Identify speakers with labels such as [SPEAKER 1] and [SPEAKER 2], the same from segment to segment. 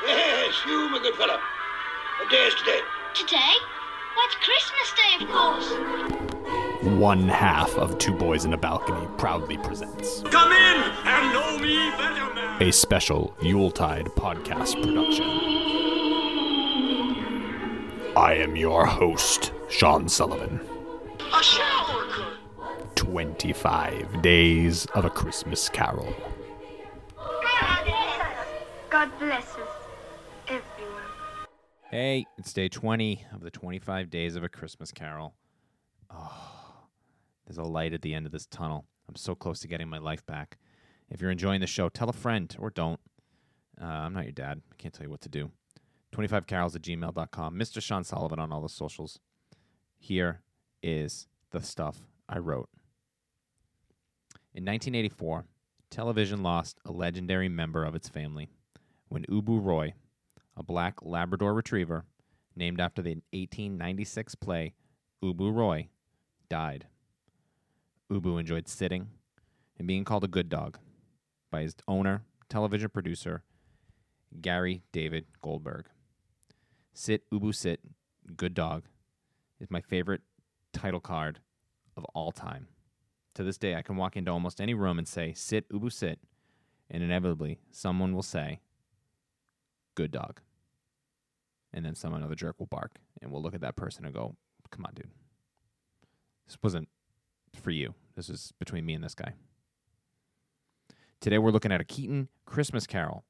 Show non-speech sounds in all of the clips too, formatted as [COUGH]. [SPEAKER 1] Bless you, my good fellow. What day is today?
[SPEAKER 2] Today? Why, it's Christmas Day, of course.
[SPEAKER 3] One half of Two Boys in a Balcony proudly presents
[SPEAKER 4] Come in and know me better, man.
[SPEAKER 3] a special Yuletide podcast production. I am your host, Sean Sullivan.
[SPEAKER 4] A shower curtain.
[SPEAKER 3] 25 Days of a Christmas Carol.
[SPEAKER 5] God bless us, everyone.
[SPEAKER 6] Hey, it's day 20 of the 25 days of a Christmas carol. Oh, there's a light at the end of this tunnel. I'm so close to getting my life back. If you're enjoying the show, tell a friend or don't. Uh, I'm not your dad. I can't tell you what to do. 25carols at gmail.com. Mr. Sean Sullivan on all the socials. Here is the stuff I wrote. In 1984, television lost a legendary member of its family when Ubu Roy, a black Labrador retriever named after the 1896 play Ubu Roy, died. Ubu enjoyed sitting and being called a good dog by his owner, television producer, Gary David Goldberg. Sit, Ubu Sit, Good Dog is my favorite title card of all time. To this day, I can walk into almost any room and say, Sit, Ubu Sit, and inevitably someone will say, good dog. And then some another jerk will bark and we'll look at that person and go, come on, dude. This wasn't for you. This is between me and this guy. Today we're looking at a Keaton Christmas Carol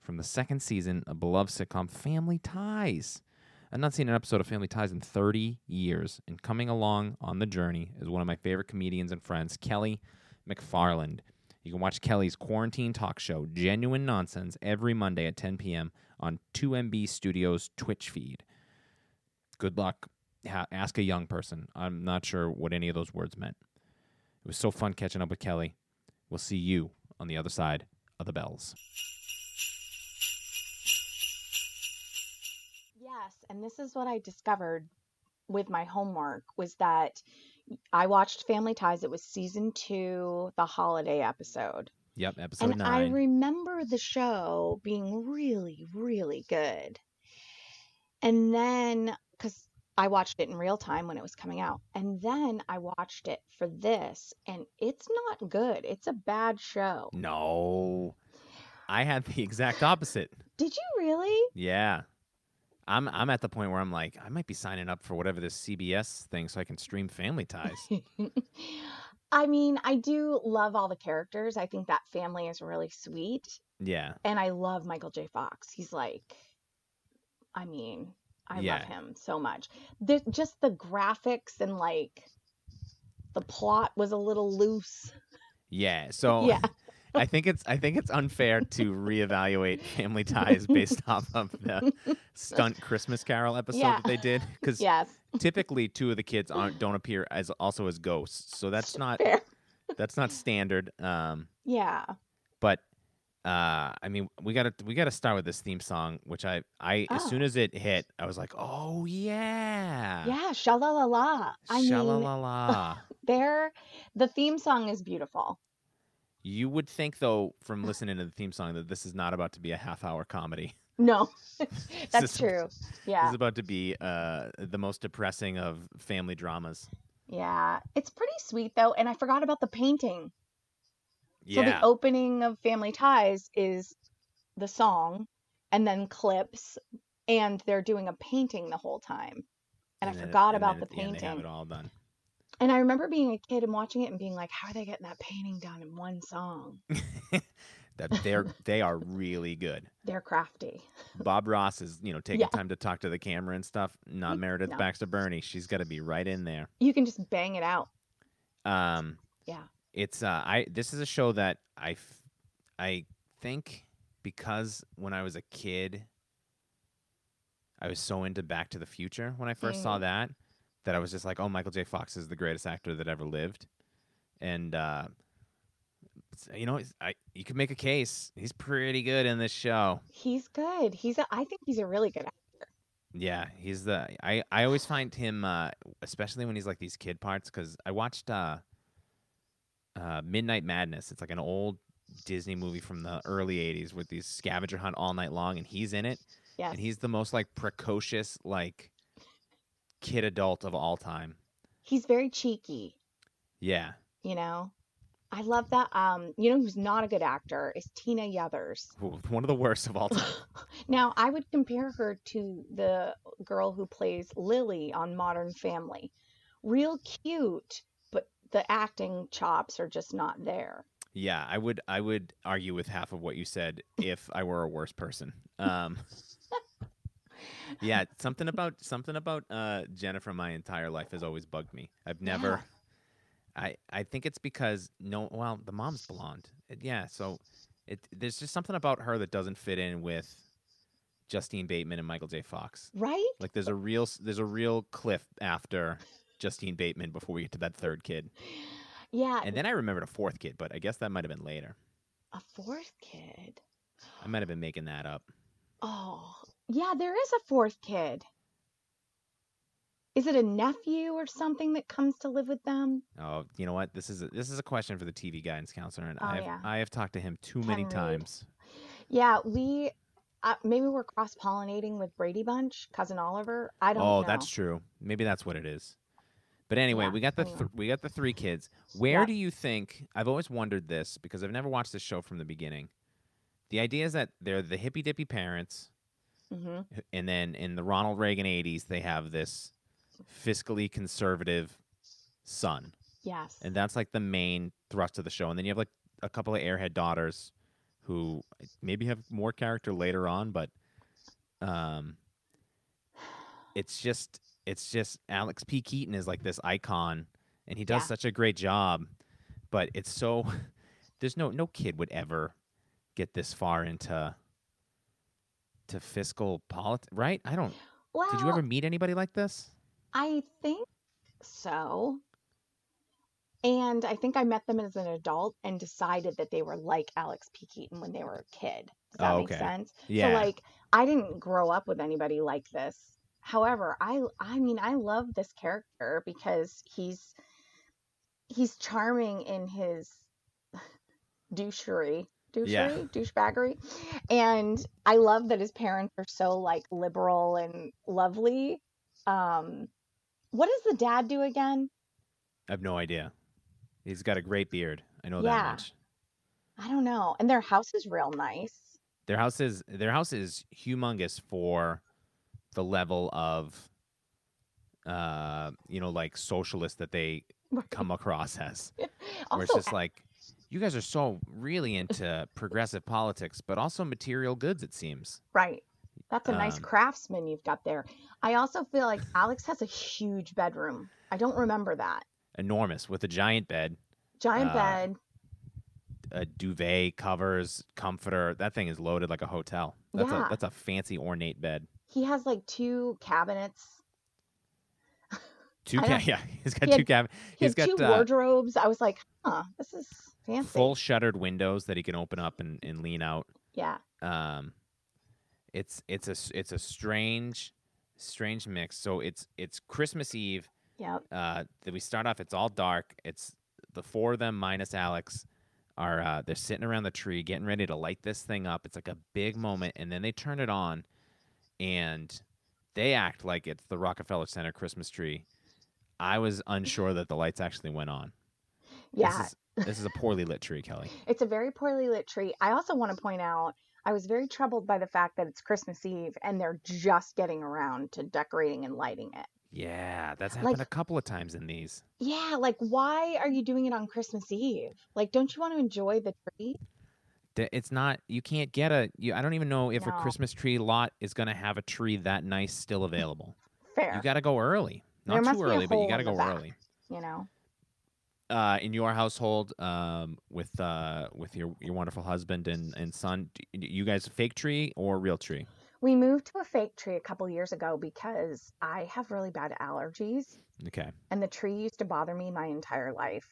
[SPEAKER 6] from the second season of beloved sitcom Family Ties. I've not seen an episode of Family Ties in 30 years, and coming along on the journey is one of my favorite comedians and friends, Kelly McFarland. You can watch Kelly's quarantine talk show, Genuine Nonsense, every Monday at 10 p.m. on 2MB Studios Twitch feed. Good luck. Ha- ask a young person. I'm not sure what any of those words meant. It was so fun catching up with Kelly. We'll see you on the other side of the bells.
[SPEAKER 7] Yes, and this is what I discovered with my homework was that I watched Family Ties. It was season two, the holiday episode.
[SPEAKER 6] Yep, episode
[SPEAKER 7] and I
[SPEAKER 6] nine.
[SPEAKER 7] remember the show being really, really good. And then, because I watched it in real time when it was coming out, and then I watched it for this, and it's not good. It's a bad show.
[SPEAKER 6] no. I had the [LAUGHS] exact opposite.
[SPEAKER 7] Did you really?
[SPEAKER 6] Yeah. I'm I'm at the point where I'm like, I might be signing up for whatever this CBS thing so I can stream family ties.
[SPEAKER 7] [LAUGHS] I mean, I do love all the characters. I think that family is really sweet.
[SPEAKER 6] yeah.
[SPEAKER 7] And I love Michael J. Fox. He's like, I mean, I
[SPEAKER 6] Yeah.
[SPEAKER 7] love him so much. The, just the graphics and like the plot was a little loose.
[SPEAKER 6] Yeah. So
[SPEAKER 7] Yeah.
[SPEAKER 6] [LAUGHS] I think it's I think it's unfair to reevaluate family ties
[SPEAKER 7] [LAUGHS]
[SPEAKER 6] based off of the stunt Christmas Carol episode
[SPEAKER 7] Yeah.
[SPEAKER 6] that they did cuz
[SPEAKER 7] Yes.
[SPEAKER 6] typically two of the kids aren't don't appear as also as ghosts. So that's not
[SPEAKER 7] Fair.
[SPEAKER 6] that's not standard. Um
[SPEAKER 7] Yeah.
[SPEAKER 6] but uh i mean we gotta we gotta start with this theme song which i i as soon
[SPEAKER 7] Oh.
[SPEAKER 6] as it hit i was like oh yeah
[SPEAKER 7] Yeah. Shalalala. I mean,
[SPEAKER 6] Sha-la-la-la.
[SPEAKER 7] [LAUGHS] there, the theme song is beautiful.
[SPEAKER 6] you would think though from listening to the theme song that this is not about to be a half hour comedy
[SPEAKER 7] No, [LAUGHS]
[SPEAKER 6] This
[SPEAKER 7] that's
[SPEAKER 6] is-
[SPEAKER 7] true.
[SPEAKER 6] this
[SPEAKER 7] Yeah.
[SPEAKER 6] is about to be uh the most depressing of family dramas
[SPEAKER 7] Yeah. It's pretty sweet though. And I forgot about the painting. So
[SPEAKER 6] yeah
[SPEAKER 7] the opening of Family Ties is the song and then clips and they're doing a painting the whole time. And, I
[SPEAKER 6] then-
[SPEAKER 7] forgot
[SPEAKER 6] and
[SPEAKER 7] about
[SPEAKER 6] then
[SPEAKER 7] the
[SPEAKER 6] at end they have
[SPEAKER 7] painting.
[SPEAKER 6] it all done [LAUGHS]
[SPEAKER 7] and I remember being a kid and watching it and being like, how are they getting that painting done in one
[SPEAKER 6] [LAUGHS]
[SPEAKER 7] song?
[SPEAKER 6] that they're they are really good
[SPEAKER 7] They're crafty.
[SPEAKER 6] Bob Ross is, you know, taking
[SPEAKER 7] Yeah.
[SPEAKER 6] time to talk to the camera and stuff. Not
[SPEAKER 7] Mm,
[SPEAKER 6] Meredith
[SPEAKER 7] no.
[SPEAKER 6] Baxter Bernie. She's got to be right in there.
[SPEAKER 7] You can just bang it out.
[SPEAKER 6] Um,
[SPEAKER 7] Yeah.
[SPEAKER 6] It's uh, I this is a show that I, f- I think because when I was a kid, I was so into Back to the Future when I first saw
[SPEAKER 7] Mm.
[SPEAKER 6] that that I was just like, oh, Michael J. Fox is the greatest actor that ever lived, and uh, it's- you know, it's- I you could make a case he's pretty good in this show.
[SPEAKER 7] He's good. He's a, I think he's a really good actor.
[SPEAKER 6] Yeah, he's the I I always find him uh especially when he's like these kid parts cuz I watched uh uh Midnight Madness. It's like an old Disney movie from the early 80s with these scavenger hunt all night long and he's in it
[SPEAKER 7] Yes.
[SPEAKER 6] and he's the most like precocious like kid adult of all time.
[SPEAKER 7] he's very cheeky,
[SPEAKER 6] Yeah.
[SPEAKER 7] you know. I love that. Um, you know who's not a good actor is Tina Yothers.
[SPEAKER 6] Ooh, One of the worst of all time.
[SPEAKER 7] Now, I would compare her to the girl who plays Lily on Modern Family. Real cute, but the acting chops are just not there.
[SPEAKER 6] yeah, I would I would argue with half of what you said if I were a worse person. Um Yeah, something about something about uh Jennifer my entire life has always bugged me. I've never I I think it's because no well, the mom's blonde. It- Yeah, so it there's just something about her that doesn't fit in with Justine Bateman and Michael J. Fox.
[SPEAKER 7] Right?
[SPEAKER 6] Like there's a real s- there's a real cliff after Justine Bateman before we get to that third kid.
[SPEAKER 7] Yeah.
[SPEAKER 6] And then I remembered a fourth kid, but I guess that might have been later.
[SPEAKER 7] a fourth kid.
[SPEAKER 6] I might have been making that up.
[SPEAKER 7] Oh, yeah, there is a fourth kid. Is it a nephew or something that comes to live with them?
[SPEAKER 6] Oh, you know what? This is a, this is a question for the TV guidance counselor, and
[SPEAKER 7] Oh,
[SPEAKER 6] I've
[SPEAKER 7] yeah.
[SPEAKER 6] I have talked to him too many
[SPEAKER 7] Ken Reed.
[SPEAKER 6] times.
[SPEAKER 7] Yeah, we uh, maybe we're cross pollinating with Brady Bunch, cousin Oliver. I don't know.
[SPEAKER 6] Oh, that's true. Maybe that's what it is. But anyway,
[SPEAKER 7] Yeah,
[SPEAKER 6] we got the
[SPEAKER 7] anyway.
[SPEAKER 6] th- we got the three kids. Where
[SPEAKER 7] Yep.
[SPEAKER 6] do you think? I've always wondered this because I've never watched this show from the beginning. The idea is that they're the hippy dippy parents,
[SPEAKER 7] hmm
[SPEAKER 6] and then in the Ronald Reagan '80s, they have this fiscally conservative son.
[SPEAKER 7] Yes.
[SPEAKER 6] and that's like the main thrust of the show. And then you have like a couple of airhead daughters who maybe have more character later on, but um, it's just it's just Alex P. Keaton is like this icon, and he does
[SPEAKER 7] Yeah.
[SPEAKER 6] such a great job, but it's so [LAUGHS] there's no no kid would ever get this far into to fiscal politics, right? I don't.
[SPEAKER 7] well,
[SPEAKER 6] Did you ever meet anybody like this?
[SPEAKER 7] I think so. And I think I met them as an adult and decided that they were like Alex P. Keaton when they were a kid. Does that
[SPEAKER 6] Oh,
[SPEAKER 7] make
[SPEAKER 6] okay.
[SPEAKER 7] sense?
[SPEAKER 6] Yeah.
[SPEAKER 7] So like I didn't grow up with anybody like this. However, I I mean I love this character because he's he's charming in his douchery, douchery,
[SPEAKER 6] Yeah.
[SPEAKER 7] douchebaggery. And I love that his parents are so like liberal and lovely. Um what does the dad do again?
[SPEAKER 6] I have no idea. He's got a great beard. I know that
[SPEAKER 7] Yeah.
[SPEAKER 6] much.
[SPEAKER 7] I don't know. And their house is real nice.
[SPEAKER 6] Their house is their house is humongous for the level of uh you know like socialist that they come across
[SPEAKER 7] [LAUGHS]
[SPEAKER 6] as. Where it's
[SPEAKER 7] Also,
[SPEAKER 6] just like you guys are so really into progressive politics, but also material goods it seems.
[SPEAKER 7] Right. That's a nice
[SPEAKER 6] Um,
[SPEAKER 7] craftsman you've got there. I also
[SPEAKER 6] [SIGHS]
[SPEAKER 7] feel like Alex has a huge bedroom. I don't remember that.
[SPEAKER 6] Enormous with a giant bed,
[SPEAKER 7] Giant
[SPEAKER 6] Uh,
[SPEAKER 7] bed.
[SPEAKER 6] a duvet, covers, comforter. That thing is loaded like a hotel. That's
[SPEAKER 7] Yeah.
[SPEAKER 6] a that's a fancy ornate bed.
[SPEAKER 7] He has like two cabinets.
[SPEAKER 6] Two
[SPEAKER 7] I
[SPEAKER 6] ca- [LAUGHS]
[SPEAKER 7] don't-
[SPEAKER 6] yeah, he's got
[SPEAKER 7] he had-
[SPEAKER 6] two cabinets.
[SPEAKER 7] He
[SPEAKER 6] He's
[SPEAKER 7] has
[SPEAKER 6] got
[SPEAKER 7] two
[SPEAKER 6] uh,
[SPEAKER 7] wardrobes. I was like, huh, this is fancy.
[SPEAKER 6] full shuttered windows that he can open up and, and lean out.
[SPEAKER 7] Yeah.
[SPEAKER 6] Um, it's it's a s- it's a strange strange mix. So it's it's Christmas Eve.
[SPEAKER 7] Yeah.
[SPEAKER 6] Uh, that we start off. It's all dark. It's the four of them minus Alex are uh, they're sitting around the tree getting ready to light this thing up. It's like a big moment, and then they turn it on, and they act like it's the Rockefeller Center Christmas tree. I was unsure that the lights actually went on.
[SPEAKER 7] Yeah.
[SPEAKER 6] This is, this is a poorly lit tree,
[SPEAKER 7] [LAUGHS]
[SPEAKER 6] Kelly.
[SPEAKER 7] It's a very poorly lit tree. I also want to point out I was very troubled by the fact that it's Christmas Eve and they're just getting around to decorating and lighting it.
[SPEAKER 6] Yeah, that's happened
[SPEAKER 7] Like-
[SPEAKER 6] a couple of times in these.
[SPEAKER 7] Yeah, like why are you doing it on Christmas Eve? Like don't you want to enjoy the tree?
[SPEAKER 6] Th- It's not you can't get a you, I don't even know if
[SPEAKER 7] No.
[SPEAKER 6] a Christmas tree lot is going to have a tree that nice still available.
[SPEAKER 7] Fair.
[SPEAKER 6] You got to go early.
[SPEAKER 7] There
[SPEAKER 6] Not
[SPEAKER 7] must
[SPEAKER 6] too
[SPEAKER 7] be a
[SPEAKER 6] early, but
[SPEAKER 7] hole
[SPEAKER 6] you got to
[SPEAKER 7] in the
[SPEAKER 6] go
[SPEAKER 7] back.
[SPEAKER 6] early.
[SPEAKER 7] you know.
[SPEAKER 6] Uh, in your household um, with uh, with your, your wonderful husband and, and son, d- y- you guys fake tree or real tree?
[SPEAKER 7] We moved to a fake tree a couple years ago because I have really bad allergies,
[SPEAKER 6] Okay.
[SPEAKER 7] and the tree used to bother me my entire life.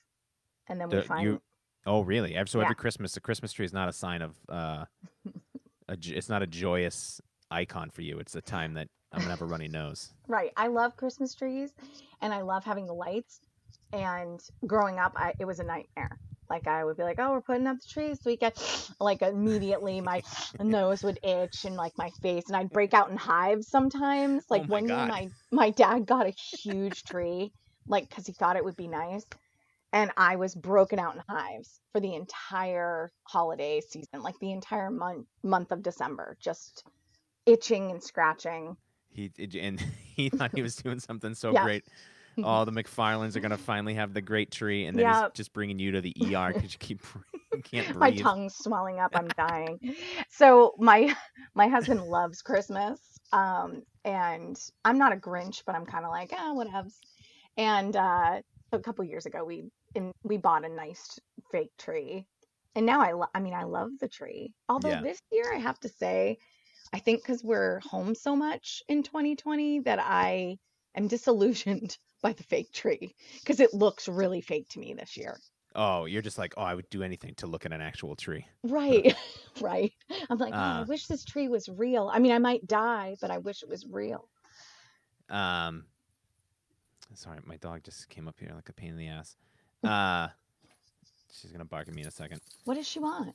[SPEAKER 7] And then we
[SPEAKER 6] The-
[SPEAKER 7] find
[SPEAKER 6] you- Oh, really? Ev- So
[SPEAKER 7] Yeah.
[SPEAKER 6] every Christmas, the Christmas tree is not a sign of uh,
[SPEAKER 7] [LAUGHS]
[SPEAKER 6] a, j- it's not a joyous icon for you. It's a time that I'm gonna have a runny nose.
[SPEAKER 7] right. I love Christmas trees, and I love having the lights. And growing up, I, it was a nightmare. Like I would be like, "Oh, we're putting up the trees this weekend." Like immediately, my nose would itch and like my face, and I'd break out in hives sometimes. Like
[SPEAKER 6] Oh my
[SPEAKER 7] one year,
[SPEAKER 6] God.
[SPEAKER 7] my my dad got a huge tree, like because he thought it would be nice, and I was broken out in hives for the entire holiday season, like the entire month month of December, just itching and scratching.
[SPEAKER 6] He it- and [LAUGHS] he thought he was
[SPEAKER 7] [LAUGHS]
[SPEAKER 6] doing something so
[SPEAKER 7] Yeah.
[SPEAKER 6] great. All the McFarlanes are gonna finally have the great tree, and then
[SPEAKER 7] Yep.
[SPEAKER 6] he's just bringing you to
[SPEAKER 7] [LAUGHS]
[SPEAKER 6] the ER because you keep [LAUGHS] you can't breathe.
[SPEAKER 7] my tongue's swelling up i'm
[SPEAKER 6] [LAUGHS]
[SPEAKER 7] dying so my [LAUGHS] my husband loves christmas um and i'm not a grinch but i'm kind of like ah whatevs and uh a couple years ago we in, we bought a nice fake tree and now i lo- i mean i love the tree although
[SPEAKER 6] Yeah.
[SPEAKER 7] this year i have to say i think because we're home so much in 2020 that i am disillusioned [LAUGHS] by the fake tree because it looks really fake to me this year
[SPEAKER 6] Oh, you're just like, oh, I would do anything to look at an actual tree.
[SPEAKER 7] Right, [LAUGHS] right. I'm like, "Oh, I
[SPEAKER 6] Uh,
[SPEAKER 7] wish this tree was real. I mean, I might die, but I wish it was real.
[SPEAKER 6] Um, sorry, my dog just came up here like a pain in the
[SPEAKER 7] [LAUGHS]
[SPEAKER 6] ass. Uh, she's gonna bark at me in a second.
[SPEAKER 7] What does she want?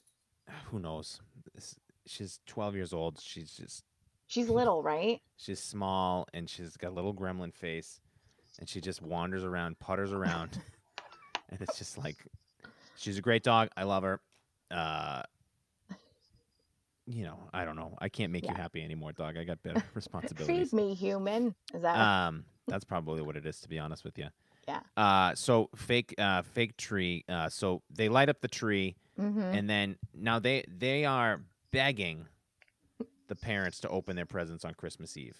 [SPEAKER 6] Who knows? This- She's 12 years old. She's just
[SPEAKER 7] She's
[SPEAKER 6] Mm.
[SPEAKER 7] little, right?
[SPEAKER 6] she's small and she's got a little gremlin face, and she just wanders around, putters around,
[SPEAKER 7] [LAUGHS]
[SPEAKER 6] and it's just like, she's a great dog. I love her. Uh, you know, I don't know. I can't make you
[SPEAKER 7] Yeah.
[SPEAKER 6] happy anymore, dog. I got
[SPEAKER 7] [LAUGHS]
[SPEAKER 6] better responsibilities.
[SPEAKER 7] Feed me, human. Is that?
[SPEAKER 6] um that's probably what it is to be honest with you
[SPEAKER 7] Yeah.
[SPEAKER 6] uh so fake uh fake tree uh so they light up the tree
[SPEAKER 7] Mhm.
[SPEAKER 6] and then now they they are begging the parents to open their presents on christmas eve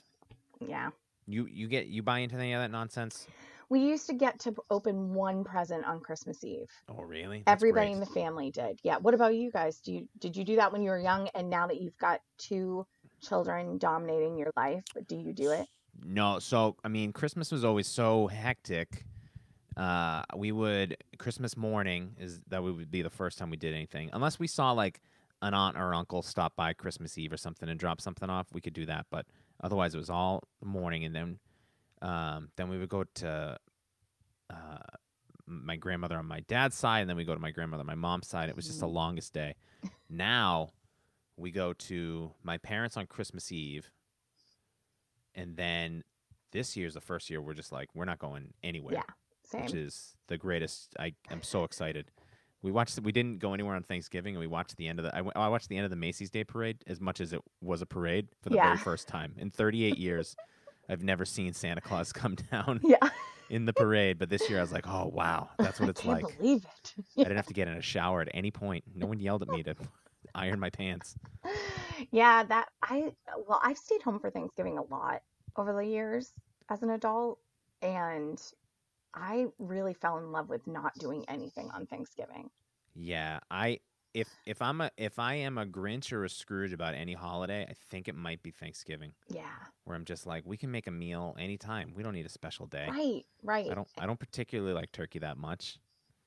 [SPEAKER 7] Yeah.
[SPEAKER 6] you you get you buy into any of that nonsense
[SPEAKER 7] We used to get to open one present on Christmas Eve.
[SPEAKER 6] oh really That's
[SPEAKER 7] Everybody
[SPEAKER 6] great.
[SPEAKER 7] in the family did. Yeah. What about you guys? Do you did you do that when you were young? And now that you've got two children dominating your life, do you do it?
[SPEAKER 6] No, so I mean, Christmas was always so hectic. Uh, we would Christmas morning is that would be the first time we did anything, unless we saw like an aunt or uncle stop by Christmas Eve or something and drop something off. We could do that, but otherwise it was all morning, and then um, then we would go to uh, m- my grandmother on my dad's side, and then we go to my grandmother on my mom's side. It was just the longest day. now we go to my parents on Christmas Eve and then this year's the first year we're just like we're not going anywhere
[SPEAKER 7] Yeah, Same.
[SPEAKER 6] which is the greatest i am so excited we watched we didn't go anywhere on thanksgiving and we watched the end of the i, w- I watched the end of the macy's day parade as much as it was a parade for the
[SPEAKER 7] Yeah.
[SPEAKER 6] very first time in 38
[SPEAKER 7] [LAUGHS]
[SPEAKER 6] years i've never seen santa claus come down
[SPEAKER 7] [LAUGHS] yeah.
[SPEAKER 6] in the parade but this year i was like oh wow that's what it's
[SPEAKER 7] I can't
[SPEAKER 6] like
[SPEAKER 7] believe it. [LAUGHS]
[SPEAKER 6] i didn't have to get in a shower at any point no one yelled at me to [LAUGHS] iron my pants
[SPEAKER 7] Yeah, that I well, I've stayed home for Thanksgiving a lot over the years as an adult, and I really fell in love with not doing anything on Thanksgiving.
[SPEAKER 6] Yeah, I if if I'm a if I am a Grinch or a Scrooge about any holiday, I think it might be Thanksgiving,
[SPEAKER 7] Yeah,
[SPEAKER 6] where I'm just like, we can make a meal anytime. We don't need a special day.
[SPEAKER 7] right, right.
[SPEAKER 6] Eh, I don't I don't particularly like turkey that much.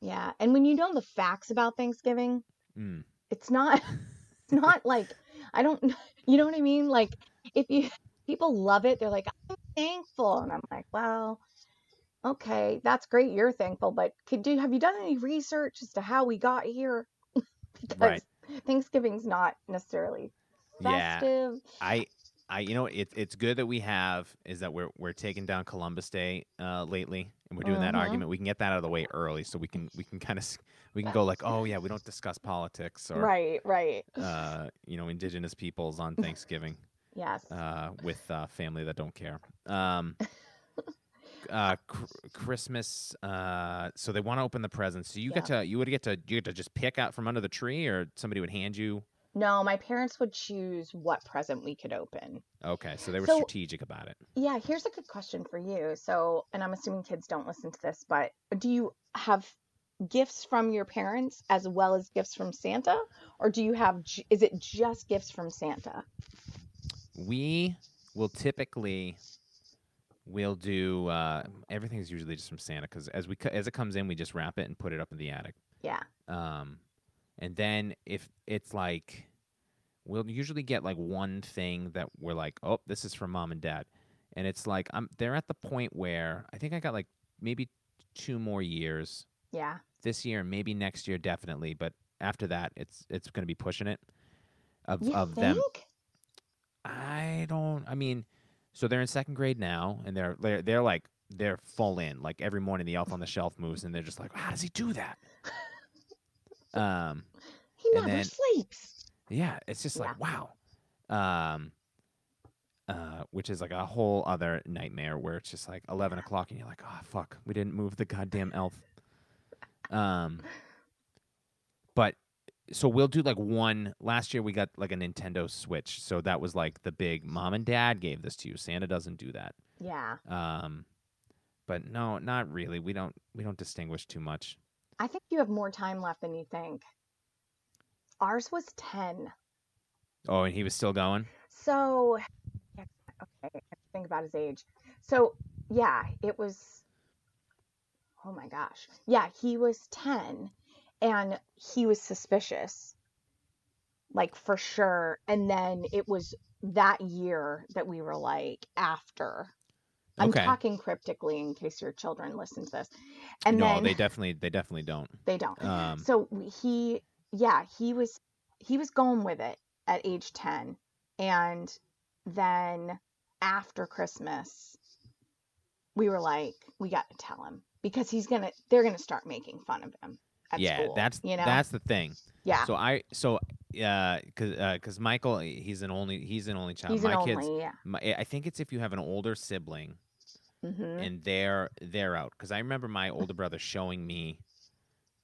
[SPEAKER 7] Yeah, and when you know the facts about Thanksgiving,
[SPEAKER 6] Mm.
[SPEAKER 7] it's not [LAUGHS] it's not like I don't you know what I mean? Like if you people love it, they're like, I'm thankful. And I'm like, well, okay, that's great, you're thankful, but could do have you done any research as to how we got here? [LAUGHS] Because
[SPEAKER 6] Right.
[SPEAKER 7] Thanksgiving's not necessarily
[SPEAKER 6] Yeah.
[SPEAKER 7] festive.
[SPEAKER 6] I I you know it, it's good that we have is that we're we're taking down Columbus Day uh, lately and we're doing that
[SPEAKER 7] Mhm.
[SPEAKER 6] argument. We can get that out of the way early so we can we can kind of we can go like, "Oh yeah, we don't discuss politics or
[SPEAKER 7] Right, right.
[SPEAKER 6] uh, you know, indigenous peoples
[SPEAKER 7] [LAUGHS]
[SPEAKER 6] on Thanksgiving."
[SPEAKER 7] Yes.
[SPEAKER 6] uh, with uh, family that don't care. Um, uh, cr- Christmas. Uh, so they want to open the presents. So you get to you would get to you get to just pick out from under the tree, or somebody would hand you.
[SPEAKER 7] no, my parents would choose what present we could open.
[SPEAKER 6] Okay, so they were
[SPEAKER 7] So-
[SPEAKER 6] strategic about it.
[SPEAKER 7] Yeah, here's a good question for you. So, and I'm assuming kids don't listen to this, but do you have gifts from your parents as well as gifts from Santa? Or do you have, j- is it just gifts from Santa?
[SPEAKER 6] We will typically we'll do uh, everything's usually just from Santa because as we co- as it comes in, we just wrap it and put it up in the attic.
[SPEAKER 7] Yeah.
[SPEAKER 6] Um, and then if it's like, we'll usually get like one thing that we're like, oh, this is from mom and dad, and it's like I'm they're at the point where I think I got like maybe two more years
[SPEAKER 7] Yeah.
[SPEAKER 6] this year, maybe next year, definitely. But after that, it's it's going to be pushing it of
[SPEAKER 7] You
[SPEAKER 6] of
[SPEAKER 7] think?
[SPEAKER 6] them. I don't. I mean, so they're in second grade now, and they're they're they're like they're full in. Like every morning, the elf on the shelf moves, and they're just like, how does he do that? Um,
[SPEAKER 7] He
[SPEAKER 6] And
[SPEAKER 7] never
[SPEAKER 6] then-
[SPEAKER 7] sleeps.
[SPEAKER 6] yeah, it's just like wow. Um, uh, which is like a whole other nightmare where it's just like eleven o'clock, and you're like, oh fuck, we didn't move the goddamn
[SPEAKER 7] [LAUGHS]
[SPEAKER 6] elf. Um, but so we'll do like one. Last year we got like a Nintendo Switch, so that was like the big mom and dad gave this to you. Santa doesn't do that.
[SPEAKER 7] Yeah.
[SPEAKER 6] Um, but no, not really. We don't we don't distinguish too much.
[SPEAKER 7] I think you have more time left than you think. Ours was 10.
[SPEAKER 6] Oh, and he was still going.
[SPEAKER 7] So, yeah, okay, I have to think about his age. So, yeah, it was, oh my gosh. Yeah, he was 10 and he was suspicious, like for sure. And then it was that year that we were like after. I'm
[SPEAKER 6] Okay.
[SPEAKER 7] talking cryptically in case your children listen to this. And
[SPEAKER 6] no,
[SPEAKER 7] then
[SPEAKER 6] they definitely they definitely
[SPEAKER 7] [LAUGHS]
[SPEAKER 6] don't.
[SPEAKER 7] they don't.
[SPEAKER 6] Um,
[SPEAKER 7] So w- he, yeah, he was he was going with it at age 10. And then after Christmas, we were like, we got to tell him because he's going to they're going to start making fun of him at
[SPEAKER 6] yeah,
[SPEAKER 7] school,
[SPEAKER 6] that's
[SPEAKER 7] you know.
[SPEAKER 6] that's the thing.
[SPEAKER 7] yeah.
[SPEAKER 6] So I so uh cuz uh, cuz Michael he's an only he's an only child.
[SPEAKER 7] he's
[SPEAKER 6] my
[SPEAKER 7] an
[SPEAKER 6] kids
[SPEAKER 7] only, yeah.
[SPEAKER 6] my, I think it's if you have an older sibling
[SPEAKER 7] hmm
[SPEAKER 6] and they're they're out cuz I remember my older brother showing me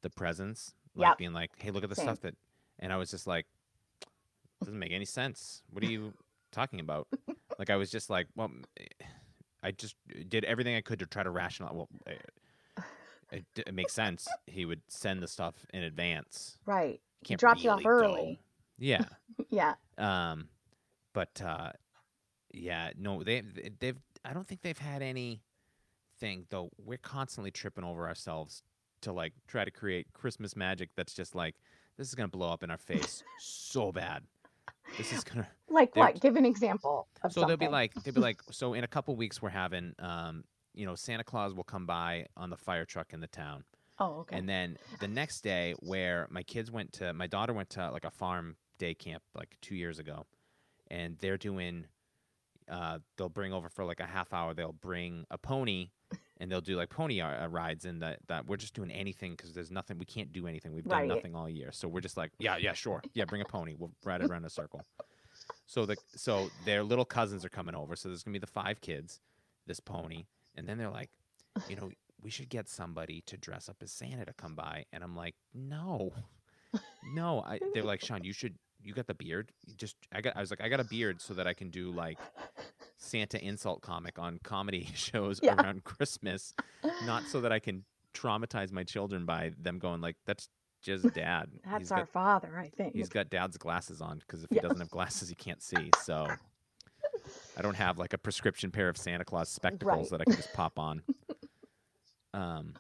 [SPEAKER 6] the presents like
[SPEAKER 7] Yep.
[SPEAKER 6] being like, "Hey, look at the
[SPEAKER 7] Same.
[SPEAKER 6] stuff that." And I was just like doesn't make any sense. What are you talking
[SPEAKER 7] [LAUGHS]
[SPEAKER 6] about? Like I was just like, well, m- eh, I just eh, did everything I could to try to rationalize. Well, eh, it, d- it makes sense. He would send the stuff in advance.
[SPEAKER 7] Right.
[SPEAKER 6] Can't
[SPEAKER 7] drop you off
[SPEAKER 6] really go.
[SPEAKER 7] early. [LAUGHS]
[SPEAKER 6] Yeah.
[SPEAKER 7] Yeah.
[SPEAKER 6] Um, but uh, yeah, no, they they- they've. I don't think they've had any thing though. We're constantly tripping over ourselves to like try to create Christmas magic that's just like this is gonna blow up in our
[SPEAKER 7] [LAUGHS]
[SPEAKER 6] face so bad. This is gonna
[SPEAKER 7] Like
[SPEAKER 6] They're-
[SPEAKER 7] what? Give an example [LAUGHS] of
[SPEAKER 6] so
[SPEAKER 7] something.
[SPEAKER 6] they'll be like they'll be like so in a couple weeks we're having um you know Santa Claus will come by on the fire truck in the town
[SPEAKER 7] "Oh, okay."
[SPEAKER 6] and then the next day, where my kids went to, my daughter went to like a farm day camp like two years ago, and they're doing, uh, they'll bring over for like a half hour. They'll bring a pony, and they'll do like pony uh, rides. And that that we're just doing anything because there's nothing we can't do anything. We've done
[SPEAKER 7] Right.
[SPEAKER 6] nothing all year, so we're just like, yeah, yeah, sure, yeah, bring a pony. We'll ride it around in a circle. So the so their little cousins are coming over. So there's gonna be the five kids, this pony, and then they're like, you know, we should get somebody to dress up as Santa to come by. And I'm like, no, no.
[SPEAKER 7] [LAUGHS]
[SPEAKER 6] I, they're like, Sean, you should. You got the beard. You Just I got. I was like, I got a beard so that I can do like Santa insult comic on comedy [LAUGHS] shows
[SPEAKER 7] Yeah.
[SPEAKER 6] around Christmas, not so that I can traumatize my children by them going like, that's
[SPEAKER 7] [LAUGHS]
[SPEAKER 6] just dad.
[SPEAKER 7] That's
[SPEAKER 6] He's
[SPEAKER 7] our
[SPEAKER 6] got-
[SPEAKER 7] father, I think.
[SPEAKER 6] He's got dad's glasses on because if
[SPEAKER 7] Yeah.
[SPEAKER 6] he doesn't have glasses, he can't
[SPEAKER 7] [LAUGHS]
[SPEAKER 6] see. So I don't have like a prescription pair of Santa Claus spectacles that
[SPEAKER 7] Right.
[SPEAKER 6] I can just pop on. Um,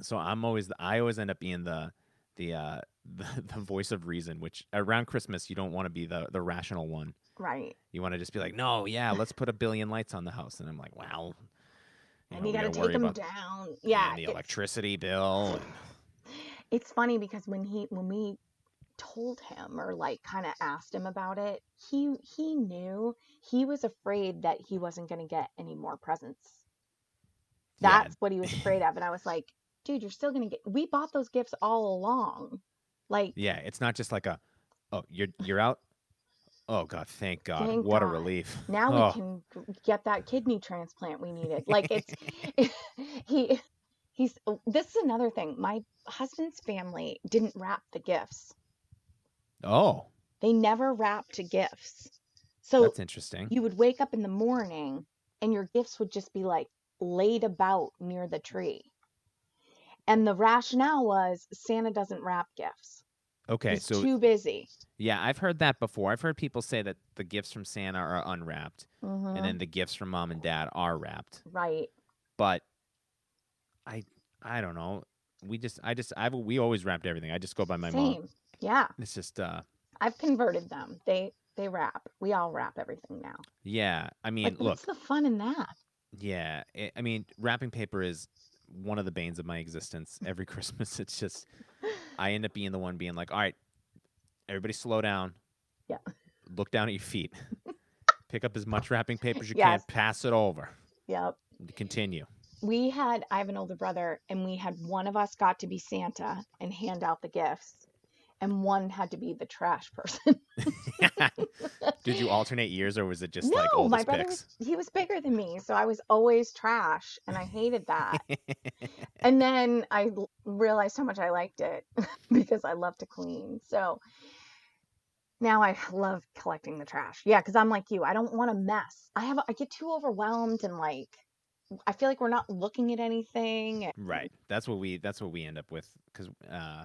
[SPEAKER 6] so I'm always I always end up being the the uh, [LAUGHS] the, the voice of reason, which around Christmas you don't want to be the the rational one.
[SPEAKER 7] right.
[SPEAKER 6] You want to just be like, no, yeah, let's put a billion lights on the house, and I'm like, wow.
[SPEAKER 7] And you
[SPEAKER 6] we
[SPEAKER 7] got to
[SPEAKER 6] gotta
[SPEAKER 7] take
[SPEAKER 6] worry
[SPEAKER 7] him
[SPEAKER 6] about-
[SPEAKER 7] down. Yeah.
[SPEAKER 6] and the
[SPEAKER 7] it's-
[SPEAKER 6] electricity bill. and-
[SPEAKER 7] it's funny because when he when we told him or like kind of asked him about it he he knew he was afraid that he wasn't going to get any more presents
[SPEAKER 6] Yeah,
[SPEAKER 7] that's what he was afraid of and i was like dude you're still going to get we bought those gifts all along like
[SPEAKER 6] Yeah, it's not just like a, oh, you're you're out. Oh God, thank God!
[SPEAKER 7] Thank
[SPEAKER 6] what a
[SPEAKER 7] God.
[SPEAKER 6] relief.
[SPEAKER 7] now
[SPEAKER 6] oh,
[SPEAKER 7] we can g- get that kidney transplant
[SPEAKER 6] [LAUGHS]
[SPEAKER 7] we needed like it's [LAUGHS] he he's oh, this is another thing my husband's family didn't wrap the gifts
[SPEAKER 6] Oh,
[SPEAKER 7] they never wrapped gifts so
[SPEAKER 6] that's interesting.
[SPEAKER 7] you would wake up in the morning and your gifts would just be like laid about near the tree. And the rationale was Santa doesn't wrap gifts.
[SPEAKER 6] okay,
[SPEAKER 7] He's
[SPEAKER 6] so
[SPEAKER 7] too busy.
[SPEAKER 6] yeah, I've heard that before. I've heard people say that the gifts from Santa are unwrapped,
[SPEAKER 7] Mhm.
[SPEAKER 6] and then the gifts from mom and dad are wrapped.
[SPEAKER 7] right.
[SPEAKER 6] But I I don't know. We just I just I've we always wrapped everything. I just go by my
[SPEAKER 7] Same.
[SPEAKER 6] mom.
[SPEAKER 7] Yeah.
[SPEAKER 6] It's just uh
[SPEAKER 7] I've converted them. They they wrap. We all wrap everything now.
[SPEAKER 6] yeah. I mean,
[SPEAKER 7] Like,
[SPEAKER 6] look,
[SPEAKER 7] what's the fun in that?
[SPEAKER 6] Yeah, i I mean, wrapping paper is one of the banes of my
[SPEAKER 7] [LAUGHS]
[SPEAKER 6] existence every Christmas. It's just I end up being the one being like, "All right, everybody slow down.
[SPEAKER 7] Yeah.
[SPEAKER 6] Look down at your
[SPEAKER 7] [LAUGHS]
[SPEAKER 6] feet. Pick up as much wrapping paper as you
[SPEAKER 7] Yes.
[SPEAKER 6] can. Pass it over.
[SPEAKER 7] Yep. [LAUGHS]
[SPEAKER 6] Continue." [LAUGHS]
[SPEAKER 7] we had i have an older brother and we had one of us got to be santa and hand out the gifts and one had to be the trash [LAUGHS] person
[SPEAKER 6] Did you alternate years or was it just
[SPEAKER 7] no
[SPEAKER 6] like oldest
[SPEAKER 7] my brother
[SPEAKER 6] picks?
[SPEAKER 7] was he was bigger than me so i was always trash and i
[SPEAKER 6] [LAUGHS]
[SPEAKER 7] hated that and then i l- realized how much i liked it [LAUGHS] because i love to clean so now i [LAUGHS] love collecting the trash yeah because i'm like you i don't want to mess i have i get too overwhelmed and like i feel like we're not looking at anything
[SPEAKER 6] Right.
[SPEAKER 7] Mm-hmm.
[SPEAKER 6] That's what we that's what we end up with cuz uh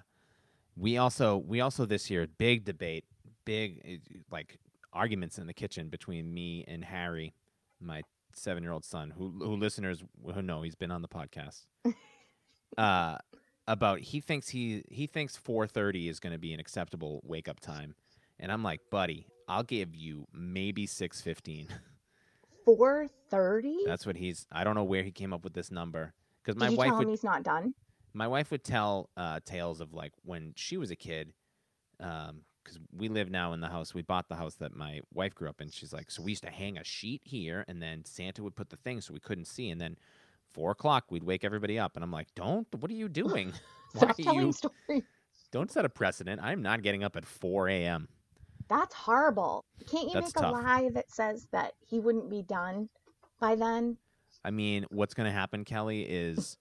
[SPEAKER 6] we also we also this year big debate, big eh, like arguments in the kitchen between me and Harry, my 7-year-old son who who listeners who know he's been on the podcast.
[SPEAKER 7] [LAUGHS]
[SPEAKER 6] uh about he thinks he he thinks 4:30 is going to be an acceptable wake up time. And I'm like, "Buddy, I'll give you maybe
[SPEAKER 7] [LAUGHS]
[SPEAKER 6] 6:15."
[SPEAKER 7] four thirty.
[SPEAKER 6] That's what he's. I don't know where he came up with this number because my
[SPEAKER 7] Did you
[SPEAKER 6] wife
[SPEAKER 7] tell him
[SPEAKER 6] would.
[SPEAKER 7] he's not done?
[SPEAKER 6] My wife would tell uh, tales of like when she was a kid, because we live now in the house. We bought the house that my wife grew up in. She's like, so we used to hang a sheet here, and then Santa would put the thing so we couldn't see, and then four o'clock we'd wake everybody up, and I'm like, don't. What are you
[SPEAKER 7] [LAUGHS]
[SPEAKER 6] doing? Why
[SPEAKER 7] Stop
[SPEAKER 6] are
[SPEAKER 7] telling [LAUGHS]
[SPEAKER 6] you?
[SPEAKER 7] stories.
[SPEAKER 6] Don't set a precedent. I'm not getting up at four a.m.
[SPEAKER 7] That's horrible. Can't you
[SPEAKER 6] That's
[SPEAKER 7] make
[SPEAKER 6] tough.
[SPEAKER 7] a lie that says that he wouldn't be done by then?
[SPEAKER 6] I mean, what's gonna happen, Kelly, is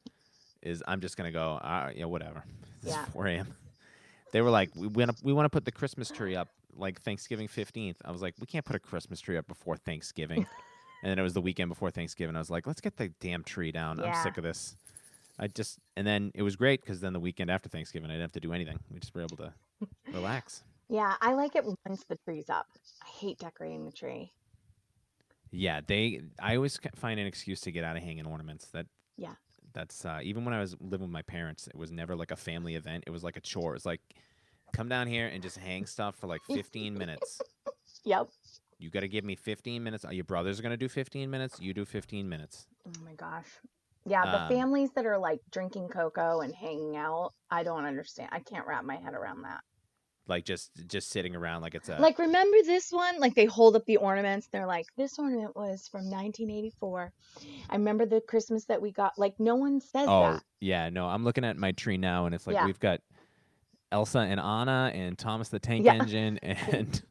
[SPEAKER 6] is I'm just gonna go, uh, yeah, whatever. [LAUGHS] It's
[SPEAKER 7] Yeah.
[SPEAKER 6] 4 a.m. They were like, we want to we want to put the Christmas tree up like Thanksgiving 15th. I was like, we can't put a Christmas tree up before Thanksgiving.
[SPEAKER 7] [LAUGHS]
[SPEAKER 6] and then it was the weekend before Thanksgiving. I was like, let's get the damn tree down. I'm
[SPEAKER 7] Yeah.
[SPEAKER 6] sick of this. I just and then it was great because then the weekend after Thanksgiving, I didn't have to do anything. We just were able
[SPEAKER 7] [LAUGHS]
[SPEAKER 6] to relax.
[SPEAKER 7] Yeah, I like it once the tree's up. I hate decorating the tree.
[SPEAKER 6] Yeah, they. I always c- find an excuse to get out of hanging ornaments. That.
[SPEAKER 7] Yeah.
[SPEAKER 6] That's uh, even when I was living with my parents, it was never like a family event. It was like a chore. It's like, come down here and just hang stuff for like 15 minutes.
[SPEAKER 7] Yep.
[SPEAKER 6] You got to give me 15 minutes. uh, Your brother's gonna do 15 minutes. You do 15 minutes.
[SPEAKER 7] Oh my gosh. Yeah, the
[SPEAKER 6] Um,
[SPEAKER 7] families that are like drinking cocoa and hanging out, I don't understand. I can't wrap my head around that.
[SPEAKER 6] Like just just sitting around like it's a.
[SPEAKER 7] Like, remember this one? Like, they hold up the ornaments. They're like, this ornament was from 1984. I remember the Christmas that we got. Like, no one says
[SPEAKER 6] oh
[SPEAKER 7] that.
[SPEAKER 6] yeah, no. I'm looking at my tree now, and it's like
[SPEAKER 7] Yeah.
[SPEAKER 6] we've got Elsa and Anna and Thomas the Tank
[SPEAKER 7] Yeah.
[SPEAKER 6] Engine, [LAUGHS]
[SPEAKER 7] [LAUGHS]
[SPEAKER 6] and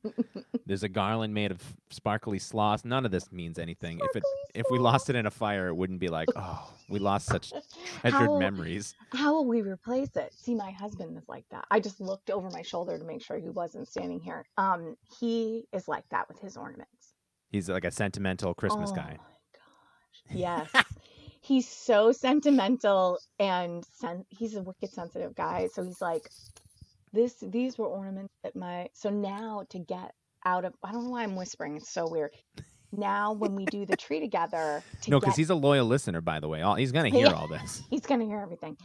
[SPEAKER 6] there's a garland made of sparkly sloth. None of this means anything. if it if we lost it in a fire, it wouldn't be
[SPEAKER 7] [LAUGHS]
[SPEAKER 6] like, oh, we lost such treasured
[SPEAKER 7] How-
[SPEAKER 6] memories.
[SPEAKER 7] How will we replace it? See, my husband is like that. I just looked over my shoulder to make sure he wasn't standing here. Um, he is like that with his ornaments.
[SPEAKER 6] He's like a sentimental Christmas
[SPEAKER 7] Oh
[SPEAKER 6] guy.
[SPEAKER 7] my gosh. Yes. he's so sentimental and sen- he's a wicked sensitive guy. So he's like, this these were ornaments that my so now to get out of I don't know why I'm whispering. It's so weird. Now when we do the tree together, to
[SPEAKER 6] No,
[SPEAKER 7] get
[SPEAKER 6] because he's a loyal listener, by the way. All, he's gonna hear
[SPEAKER 7] Yeah.
[SPEAKER 6] all this. [LAUGHS]
[SPEAKER 7] [LAUGHS] he's gonna hear everything.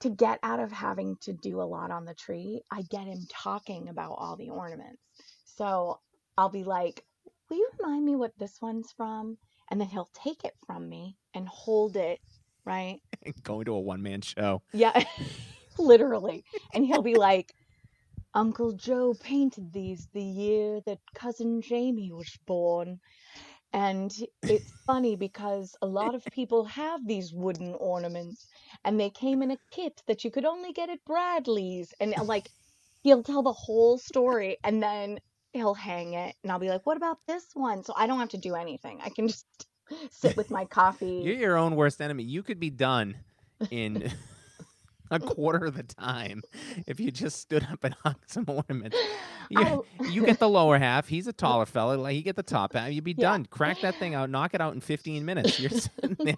[SPEAKER 7] To get out of having to do a lot on the tree, I get him talking about all the ornaments. So I'll be like, Will you remind me what this one's from? And then he'll take it from me and hold it, right?
[SPEAKER 6] Going to a one man show.
[SPEAKER 7] Yeah, [LAUGHS] literally. And he'll be like, Uncle Joe painted these the year that cousin Jamie was born. And it's funny because a lot of people have these wooden ornaments and they came in a kit that you could only get at Bradley's. And uh, like, he'll tell the whole story and then he'll hang it. And I'll be like, what about this one? So I don't have to do anything. I can just [LAUGHS] sit with my coffee.
[SPEAKER 6] You're your own worst enemy. You could be done
[SPEAKER 7] [LAUGHS]
[SPEAKER 6] in a quarter of the time if you just stood up and [LAUGHS] hung some ornaments. You,
[SPEAKER 7] I-
[SPEAKER 6] you get the lower half.
[SPEAKER 7] [LAUGHS]
[SPEAKER 6] He's a taller fella. Like he get the top half. You'd be
[SPEAKER 7] Yeah.
[SPEAKER 6] done. Crack that thing out. Knock it out in 15 minutes.
[SPEAKER 7] [LAUGHS]
[SPEAKER 6] You're sitting there.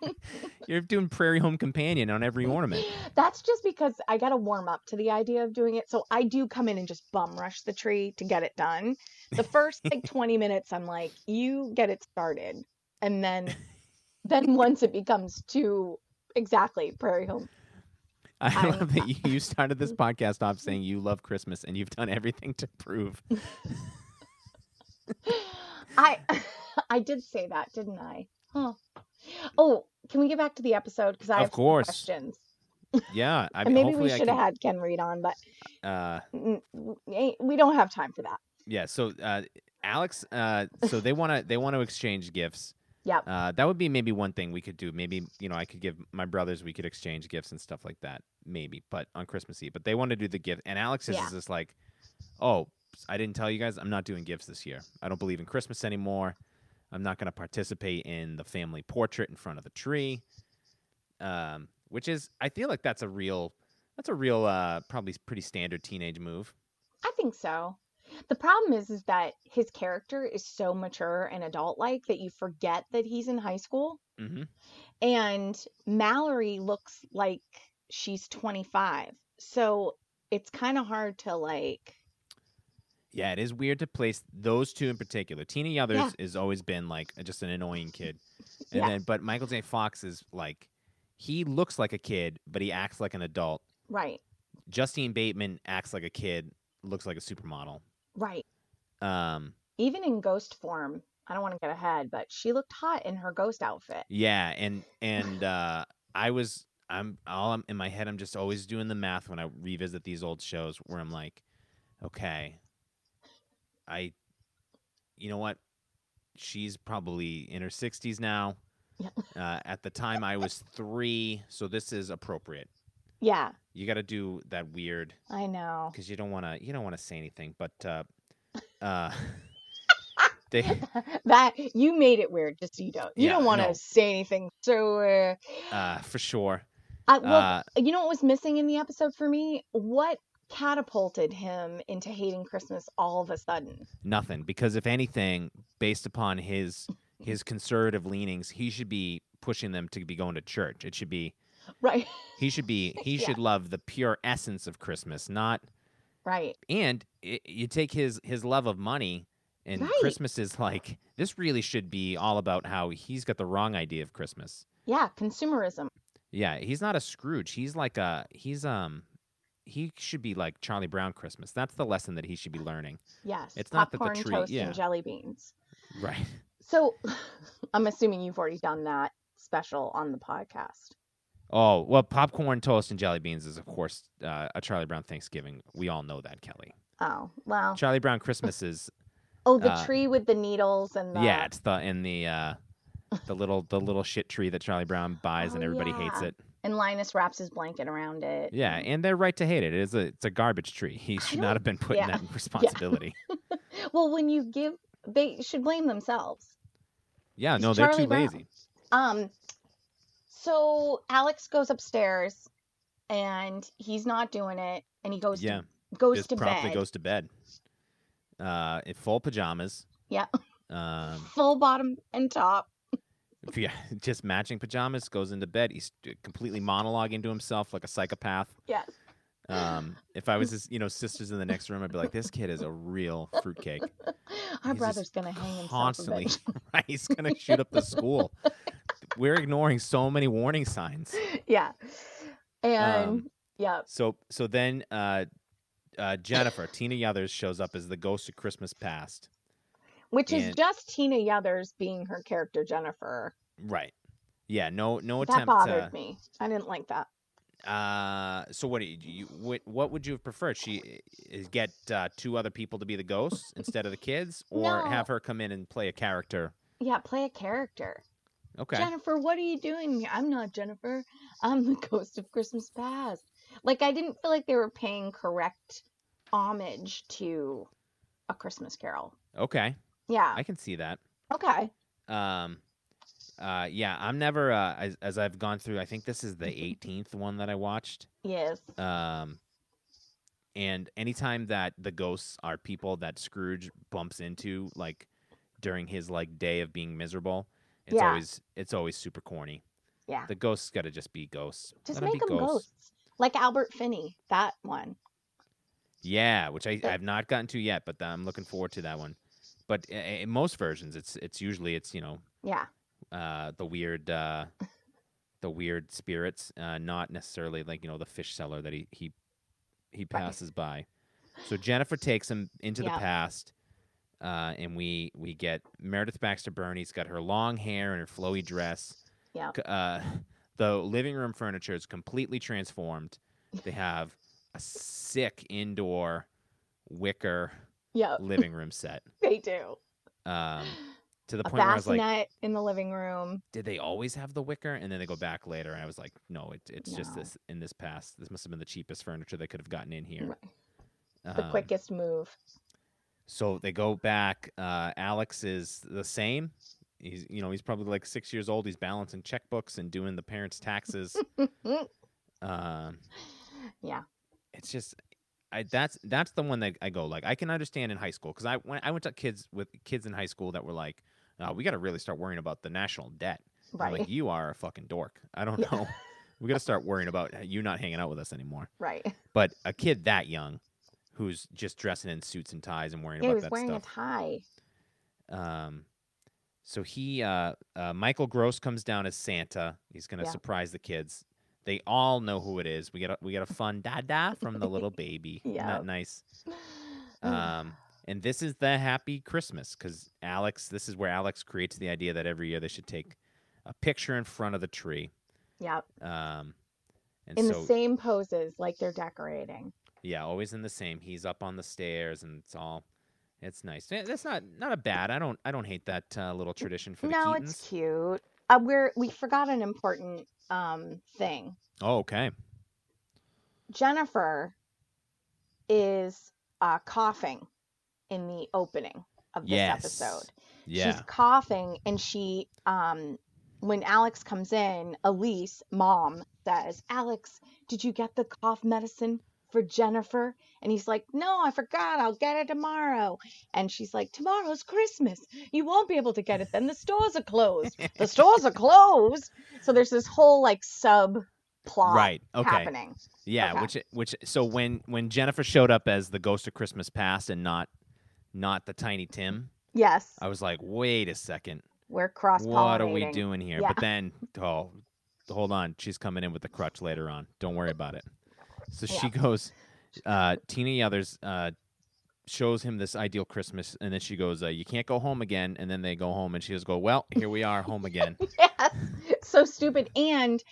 [SPEAKER 6] You're doing Prairie Home Companion on every
[SPEAKER 7] [LAUGHS]
[SPEAKER 6] ornament.
[SPEAKER 7] That's just because I got to warm up to the idea of doing it. So I do come in and just bum rush the tree to get it done. The first
[SPEAKER 6] [LAUGHS]
[SPEAKER 7] like 20 minutes, I'm like, you get it started.
[SPEAKER 6] [LAUGHS]
[SPEAKER 7] And then, then once it becomes too exactly prairie home.
[SPEAKER 6] I
[SPEAKER 7] I-
[SPEAKER 6] love that you, you started this podcast off saying you love Christmas and you've done everything to
[SPEAKER 7] [LAUGHS]
[SPEAKER 6] prove.
[SPEAKER 7] I, I did say that, didn't I? Huh. Oh, can we get back to the episode? Because I
[SPEAKER 6] Of
[SPEAKER 7] have some
[SPEAKER 6] course.
[SPEAKER 7] questions.
[SPEAKER 6] Yeah, I mean,
[SPEAKER 7] And maybe
[SPEAKER 6] hopefully
[SPEAKER 7] we should
[SPEAKER 6] I
[SPEAKER 7] have had Ken Reed on, but
[SPEAKER 6] can, uh,
[SPEAKER 7] mm, w- ain't- we don't have time for that.
[SPEAKER 6] yeah. So uh, Alex, uh, so they want to they want to exchange gifts.
[SPEAKER 7] Yep.
[SPEAKER 6] Uh, that would be maybe one thing we could do. Maybe you know I could give my brothers we could exchange gifts and stuff like that. Maybe, but on Christmas Eve. But they want to do the gift, and Alex is,
[SPEAKER 7] Yeah.
[SPEAKER 6] is just like, oh, I didn't tell you guys I'm not doing gifts this year. I don't believe in Christmas anymore. I'm not going to participate in the family portrait in front of the tree. Um, which is I feel like that's a real that's a real uh probably pretty standard teenage move.
[SPEAKER 7] I think so. The problem is, is that his character is so mature and adult-like that you forget that he's in high school.
[SPEAKER 6] Mm-hmm.
[SPEAKER 7] And Mallory looks like she's 25. So it's kind of hard to like,
[SPEAKER 6] Yeah, it is weird to place those two in particular. Tina Yothers
[SPEAKER 7] Yeah.
[SPEAKER 6] has always been like just an annoying
[SPEAKER 7] [LAUGHS]
[SPEAKER 6] kid, and
[SPEAKER 7] Yeah.
[SPEAKER 6] then but Michael J. Fox is like he looks like a kid, but he acts like an adult.
[SPEAKER 7] right,
[SPEAKER 6] Justine Bateman acts like a kid, looks like a supermodel.
[SPEAKER 7] right.
[SPEAKER 6] Um,
[SPEAKER 7] Even in ghost form, I don't want to get ahead, but she looked hot in her ghost outfit.
[SPEAKER 6] yeah, and and uh, I was I'm all I'm, in my head. I'm just always doing the math when I revisit these old shows where I'm like, okay, I, you know what, she's probably in her 60s now.
[SPEAKER 7] Yeah.
[SPEAKER 6] Uh, at the time, I was three, so this is appropriate.
[SPEAKER 7] Yeah,
[SPEAKER 6] You got to do that weird
[SPEAKER 7] I know. [LAUGHS]
[SPEAKER 6] because you don't want to you don't want to say anything, but uh, uh, [LAUGHS] they
[SPEAKER 7] that you made it weird, just so you don't. You
[SPEAKER 6] Yeah,
[SPEAKER 7] don't want to
[SPEAKER 6] no.
[SPEAKER 7] say anything. So, uh,
[SPEAKER 6] uh, for sure.
[SPEAKER 7] I, well,
[SPEAKER 6] Uh,
[SPEAKER 7] you know what was missing in the episode for me? What catapulted him into hating Christmas all of a sudden?
[SPEAKER 6] Nothing, because if anything, based upon his his conservative leanings, he should be pushing them to be going to church. It should be
[SPEAKER 7] Right,
[SPEAKER 6] he should be he
[SPEAKER 7] Yeah.
[SPEAKER 6] should love the pure essence of Christmas, not
[SPEAKER 7] [LAUGHS] right,
[SPEAKER 6] and i you take his his love of money and
[SPEAKER 7] Right.
[SPEAKER 6] Christmas is like this really should be all about how he's got the wrong idea of Christmas.
[SPEAKER 7] yeah, consumerism.
[SPEAKER 6] Yeah, he's not a Scrooge. He's like a he's um he should be like Charlie Brown Christmas. That's the lesson that he should be learning.
[SPEAKER 7] Yes,
[SPEAKER 6] It's not that the
[SPEAKER 7] popcorn,
[SPEAKER 6] tree-
[SPEAKER 7] toast,
[SPEAKER 6] yeah.
[SPEAKER 7] and jelly beans.
[SPEAKER 6] Right.
[SPEAKER 7] So, [LAUGHS] I'm assuming you've already done that special on the podcast.
[SPEAKER 6] Oh well, popcorn, toast, and jelly beans is of course uh, a Charlie Brown Thanksgiving. We all know that, Kelly.
[SPEAKER 7] Oh well.
[SPEAKER 6] Charlie Brown
[SPEAKER 7] [LAUGHS]
[SPEAKER 6] Christmas is
[SPEAKER 7] oh, the
[SPEAKER 6] uh,
[SPEAKER 7] tree with the needles and the
[SPEAKER 6] yeah, it's the in the uh,
[SPEAKER 7] [LAUGHS]
[SPEAKER 6] the little the little shit tree that Charlie Brown buys and
[SPEAKER 7] Oh,
[SPEAKER 6] everybody hates
[SPEAKER 7] yeah.
[SPEAKER 6] it.
[SPEAKER 7] and Linus wraps his blanket around it.
[SPEAKER 6] Yeah,
[SPEAKER 7] and-
[SPEAKER 6] and they're right to hate it. It is a it's a garbage tree. He should
[SPEAKER 7] don't-
[SPEAKER 6] not have been putting
[SPEAKER 7] [LAUGHS] yeah.
[SPEAKER 6] that responsibility.
[SPEAKER 7] well, when you give, they should blame themselves.
[SPEAKER 6] Yeah,
[SPEAKER 7] It's
[SPEAKER 6] no, they're
[SPEAKER 7] Charlie
[SPEAKER 6] too
[SPEAKER 7] Brown.
[SPEAKER 6] lazy.
[SPEAKER 7] Um, so Alex goes upstairs, and he's not doing it, and he goes
[SPEAKER 6] Yeah,
[SPEAKER 7] to, goes
[SPEAKER 6] just
[SPEAKER 7] to
[SPEAKER 6] promptly
[SPEAKER 7] bed,
[SPEAKER 6] goes to bed. Uh, in full pajamas.
[SPEAKER 7] Yeah.
[SPEAKER 6] Um,
[SPEAKER 7] full bottom and top.
[SPEAKER 6] if you [LAUGHS] just matching pajamas goes into bed he's d- completely monologuing to himself like a psychopath
[SPEAKER 7] Yes,
[SPEAKER 6] um if i
[SPEAKER 7] Mm.
[SPEAKER 6] was his you know sisters in the next room i'd be like this kid is a real
[SPEAKER 7] [LAUGHS]
[SPEAKER 6] fruitcake
[SPEAKER 7] our
[SPEAKER 6] He's just
[SPEAKER 7] brother's gonna hang himself.
[SPEAKER 6] constantly
[SPEAKER 7] eventually.
[SPEAKER 6] [LAUGHS] right, he's gonna shoot up the
[SPEAKER 7] [LAUGHS]
[SPEAKER 6] school we're ignoring so many warning signs
[SPEAKER 7] [LAUGHS] yeah, and
[SPEAKER 6] Um,
[SPEAKER 7] yeah,
[SPEAKER 6] so so then uh uh, Jennifer Tina Yothers shows up as the ghost of Christmas past,
[SPEAKER 7] which is
[SPEAKER 6] and-
[SPEAKER 7] just Tina Yothers being her character Jennifer.
[SPEAKER 6] right? Yeah, no, no
[SPEAKER 7] that
[SPEAKER 6] attempt
[SPEAKER 7] bothered
[SPEAKER 6] to.
[SPEAKER 7] me. I didn't like that.
[SPEAKER 6] Uh, so what do you, you what, what would you have preferred? She is get uh, two other people to be the ghosts instead of the kids, or
[SPEAKER 7] No.
[SPEAKER 6] have her come in and play a character?
[SPEAKER 7] Yeah, play a character.
[SPEAKER 6] Okay,
[SPEAKER 7] Jennifer, what are you doing here? I'm not Jennifer. I'm the [LAUGHS] ghost of Christmas past. Like I didn't feel like they were paying correct homage to a Christmas carol.
[SPEAKER 6] okay,
[SPEAKER 7] Yeah.
[SPEAKER 6] I can see that.
[SPEAKER 7] okay.
[SPEAKER 6] Um, uh, yeah, I'm never uh, as, as I've gone through. I think this is the
[SPEAKER 7] [LAUGHS]
[SPEAKER 6] 18th one that I watched.
[SPEAKER 7] Yes.
[SPEAKER 6] Um, and anytime that the ghosts are people that Scrooge bumps into, like during his like day of being miserable, it's
[SPEAKER 7] Yeah.
[SPEAKER 6] always it's always super corny.
[SPEAKER 7] Yeah.
[SPEAKER 6] the ghosts got to just be ghosts.
[SPEAKER 7] Just
[SPEAKER 6] Let 'em
[SPEAKER 7] make them
[SPEAKER 6] be
[SPEAKER 7] ghosts. Like Albert Finney, that one.
[SPEAKER 6] Yeah, which I
[SPEAKER 7] Uh,
[SPEAKER 6] I've not gotten to yet, but I'm looking forward to that one. But i- i- in most versions, it's it's usually it's you know
[SPEAKER 7] Yeah.
[SPEAKER 6] uh, the weird uh, the weird spirits, uh, not necessarily like you know the fish seller that he he he passes by. So Jennifer takes him into
[SPEAKER 7] Yeah.
[SPEAKER 6] the past, uh, and we we get Meredith Baxter Burney's got her long hair and her flowy dress.
[SPEAKER 7] Yeah.
[SPEAKER 6] c- Uh, [LAUGHS] the living room furniture is completely transformed. They have a sick indoor wicker
[SPEAKER 7] Yeah,
[SPEAKER 6] living room set.
[SPEAKER 7] they do.
[SPEAKER 6] Um, to the
[SPEAKER 7] [GASPS] a
[SPEAKER 6] point where I was
[SPEAKER 7] bassinet
[SPEAKER 6] like,
[SPEAKER 7] in the living room.
[SPEAKER 6] did they always have the wicker? And then they go back later, and I was like, no, it, it's just
[SPEAKER 7] No.
[SPEAKER 6] this in this past. This must have been the cheapest furniture they could have gotten in here.
[SPEAKER 7] Right. The
[SPEAKER 6] Um,
[SPEAKER 7] quickest move.
[SPEAKER 6] So they go back. Uh, Alex is the same. He's you know he's probably like six years old. He's balancing checkbooks and doing the parents'
[SPEAKER 7] [LAUGHS]
[SPEAKER 6] taxes. um,
[SPEAKER 7] Yeah.
[SPEAKER 6] it's just I that's that's the one that I go like I can understand in high school because I when I went to kids with kids in high school that were like, oh, we got to really start worrying about the national debt. And I'm
[SPEAKER 7] Right.
[SPEAKER 6] like you are a fucking dork. I don't
[SPEAKER 7] Yeah.
[SPEAKER 6] know. we got to start worrying about you not hanging out with us anymore.
[SPEAKER 7] [LAUGHS]
[SPEAKER 6] [LAUGHS]
[SPEAKER 7] Right.
[SPEAKER 6] But a kid that young, who's just dressing in suits and ties and worrying
[SPEAKER 7] Yeah, he
[SPEAKER 6] about
[SPEAKER 7] was
[SPEAKER 6] that
[SPEAKER 7] wearing
[SPEAKER 6] stuff.
[SPEAKER 7] a tie.
[SPEAKER 6] Um, so he, uh, uh, Michael Gross comes down as Santa. He's gonna
[SPEAKER 7] Yeah.
[SPEAKER 6] surprise the kids. They all know who it is. We got a, we got a fun da da from the
[SPEAKER 7] [LAUGHS]
[SPEAKER 6] little baby. Isn't
[SPEAKER 7] Yeah.
[SPEAKER 6] that nice.
[SPEAKER 7] [SIGHS] Ugh.
[SPEAKER 6] Um, and this is the happy Christmas because Alex. This is where Alex creates the idea that every year they should take a picture in front of the tree.
[SPEAKER 7] yeah,
[SPEAKER 6] Um, and
[SPEAKER 7] in
[SPEAKER 6] so
[SPEAKER 7] the same poses, like they're decorating.
[SPEAKER 6] yeah, always in the same. He's up on the stairs, and it's all. It's nice. Eh, That's not not a bad. I don't I don't hate that uh, little tradition for the
[SPEAKER 7] No,
[SPEAKER 6] Keatons.
[SPEAKER 7] it's cute. Uh, we're we forgot an important um thing.
[SPEAKER 6] Oh, okay.
[SPEAKER 7] Jennifer is uh, coughing in the opening of this
[SPEAKER 6] Yes.
[SPEAKER 7] episode.
[SPEAKER 6] Yeah.
[SPEAKER 7] She's coughing and she um when Alex comes in, Elise, mom, says, Alex, did you get the cough medicine for Jennifer? And he's like, No, I forgot. I'll get it tomorrow. And she's like, Tomorrow's Christmas. You won't be able to get it then. The stores are closed. The stores are closed. So there's this whole like sub plot
[SPEAKER 6] right. Okay.
[SPEAKER 7] happening.
[SPEAKER 6] Yeah.
[SPEAKER 7] Okay.
[SPEAKER 6] Which which so when when Jennifer showed up as the ghost of Christmas past and not not the Tiny Tim,
[SPEAKER 7] Yes.
[SPEAKER 6] I was like, wait a second,
[SPEAKER 7] We're cross pollinating.
[SPEAKER 6] Uh, what are we doing here?
[SPEAKER 7] Yeah.
[SPEAKER 6] But then oh, hold on, she's coming in with the crutch later on. Don't worry about it. So she goes, uh, Tina Yothers uh, shows him this ideal Christmas, and then she goes, uh, "You can't go home again." And then they go home, and she just go, "Well, here we are, home
[SPEAKER 7] [LAUGHS]
[SPEAKER 6] again."
[SPEAKER 7] yes. So stupid. And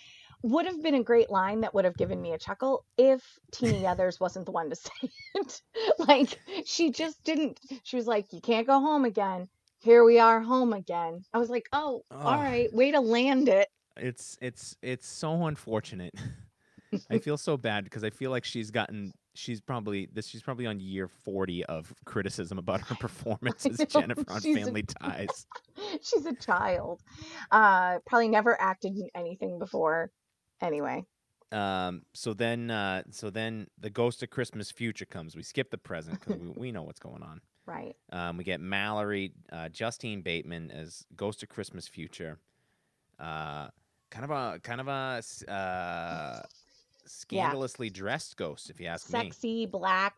[SPEAKER 7] would have been a great line that would have given me a chuckle if Teeny Others wasn't the one to [LAUGHS] say it. like she just didn't. She was like, "You can't go home again. Here we are, home again." I was like, "Oh, all
[SPEAKER 6] Ugh.
[SPEAKER 7] right, way to land it." [LAUGHS]
[SPEAKER 6] it's it's it's so unfortunate. [LAUGHS] I feel so bad because I feel like she's gotten she's probably this she's probably on year 40 of criticism about
[SPEAKER 7] [LAUGHS]
[SPEAKER 6] her performance as
[SPEAKER 7] know,
[SPEAKER 6] Jennifer on
[SPEAKER 7] she's a-
[SPEAKER 6] Family Ties.
[SPEAKER 7] She's a child. Uh, probably never acted in anything before. Anyway,
[SPEAKER 6] Um so then uh so then the ghost of Christmas future comes. We skip the present cuz we, we know what's going on.
[SPEAKER 7] right?
[SPEAKER 6] Um, we get Mallory, uh, Justine Bateman as Ghost of Christmas Future. Uh, kind of a kind of a s- uh, scandalously dressed ghost, if you ask me.
[SPEAKER 7] Sexy black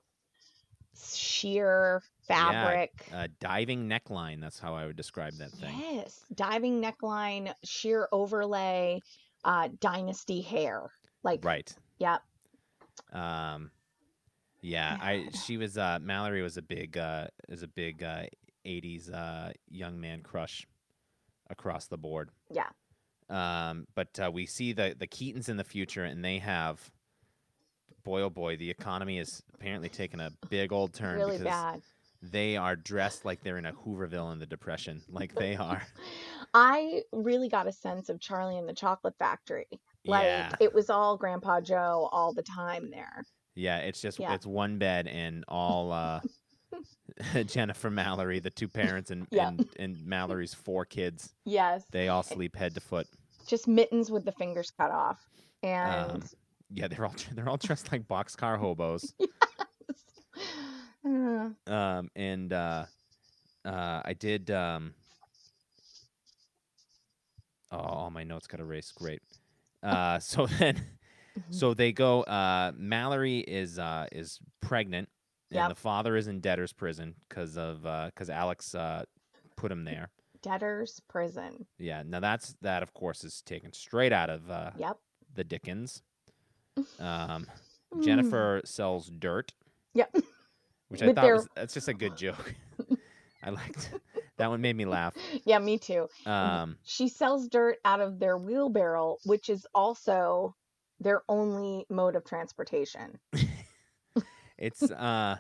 [SPEAKER 7] sheer fabric.
[SPEAKER 6] a diving neckline. That's how I would describe that thing.
[SPEAKER 7] Yes, diving neckline, sheer overlay, uh, dynasty hair. Like,
[SPEAKER 6] Right.
[SPEAKER 7] Yep.
[SPEAKER 6] Um, yeah. I she was uh, Mallory was a big uh, is a big uh, '80s uh, young man crush across the board.
[SPEAKER 7] Yeah.
[SPEAKER 6] Um, but uh, we see the the Keatons in the future, and they have. Boy, oh boy, the economy is apparently taking a big
[SPEAKER 7] [LAUGHS]
[SPEAKER 6] old turn
[SPEAKER 7] really
[SPEAKER 6] because
[SPEAKER 7] bad.
[SPEAKER 6] they are dressed like they're in a Hooverville in the Depression. Like they are.
[SPEAKER 7] I really got a sense of Charlie and the Chocolate Factory. [LAUGHS] Like
[SPEAKER 6] yeah.
[SPEAKER 7] it was all Grandpa Joe all the time there.
[SPEAKER 6] Yeah, it's just
[SPEAKER 7] Yeah.
[SPEAKER 6] it's one bed and all uh [LAUGHS] Jennifer Mallory, the two parents and,
[SPEAKER 7] Yeah.
[SPEAKER 6] and and Mallory's four kids.
[SPEAKER 7] Yes,
[SPEAKER 6] They
[SPEAKER 7] [LAUGHS]
[SPEAKER 6] all sleep head to foot.
[SPEAKER 7] just mittens with the fingers cut off, and
[SPEAKER 6] Yeah, they're all they're all dressed like boxcar hobos.
[SPEAKER 7] Uh,
[SPEAKER 6] Um and uh uh I did um Oh, all my notes got erased. Great. Uh so [LAUGHS] then
[SPEAKER 7] Mm-hmm.
[SPEAKER 6] so they go uh Mallory is uh is pregnant
[SPEAKER 7] Yep.
[SPEAKER 6] and the father is in debtor's prison cuz of uh cuz Alex uh put him there.
[SPEAKER 7] [SIGHS] debtor's prison.
[SPEAKER 6] Yeah. Now that's that of course is taken straight out of uh
[SPEAKER 7] Yep.
[SPEAKER 6] the
[SPEAKER 7] [LAUGHS]
[SPEAKER 6] Dickens. Um
[SPEAKER 7] Mm.
[SPEAKER 6] Jennifer sells dirt.
[SPEAKER 7] Yep.
[SPEAKER 6] Which I
[SPEAKER 7] With
[SPEAKER 6] thought
[SPEAKER 7] their- [LAUGHS]
[SPEAKER 6] was that's just a good joke. I liked That one made me laugh.
[SPEAKER 7] [LAUGHS] Yeah, me too.
[SPEAKER 6] Um,
[SPEAKER 7] She sells dirt out of their wheelbarrow, which is also their only mode of transportation.
[SPEAKER 6] it's uh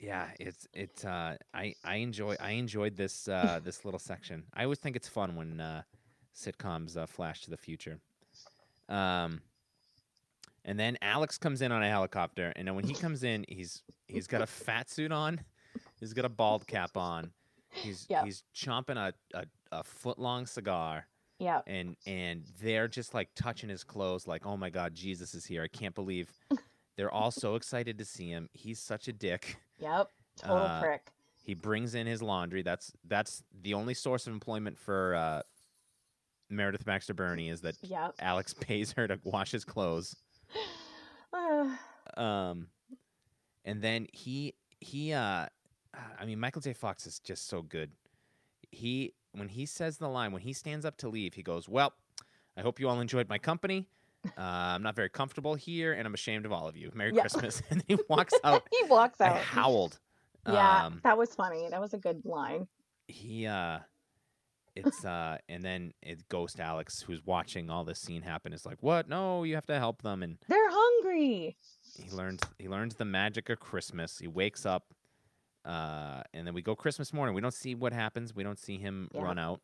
[SPEAKER 6] yeah it's it's uh i i enjoy i enjoyed this uh this little section i always think it's fun when uh sitcoms uh, flash to the future um and then alex comes in on a helicopter and then when he comes in he's he's got a fat suit on he's got a bald cap on he's
[SPEAKER 7] Yep.
[SPEAKER 6] he's chomping a a, a foot long cigar
[SPEAKER 7] Yeah.
[SPEAKER 6] and and they're just like touching his clothes like oh my god jesus is here i can't believe they're all so excited to see him he's such a dick
[SPEAKER 7] Yep. Total
[SPEAKER 6] Uh,
[SPEAKER 7] prick.
[SPEAKER 6] he brings in his laundry that's that's the only source of employment for uh, meredith baxter burney is that
[SPEAKER 7] Yep. [SIGHS]
[SPEAKER 6] alex pays her to wash his clothes
[SPEAKER 7] Uh,
[SPEAKER 6] um and then he he uh i mean michael j fox is just so good he when he says the line when he stands up to leave he goes well i hope you all enjoyed my company uh, i'm not very comfortable here and i'm ashamed of all of you merry
[SPEAKER 7] Yeah.
[SPEAKER 6] christmas [LAUGHS] and he
[SPEAKER 7] [LAUGHS]
[SPEAKER 6] walks out
[SPEAKER 7] he walks
[SPEAKER 6] i
[SPEAKER 7] out.
[SPEAKER 6] howled
[SPEAKER 7] Yeah,
[SPEAKER 6] um,
[SPEAKER 7] that was funny. That was a good line.
[SPEAKER 6] he uh it's uh and then it ghost alex who's watching all this scene happen is like what no you have to help them and
[SPEAKER 7] They're hungry.
[SPEAKER 6] he learns he learns the magic of Christmas. He wakes up, uh, and then we go Christmas morning. We don't see what happens. We don't see him
[SPEAKER 7] Yeah.
[SPEAKER 6] run out,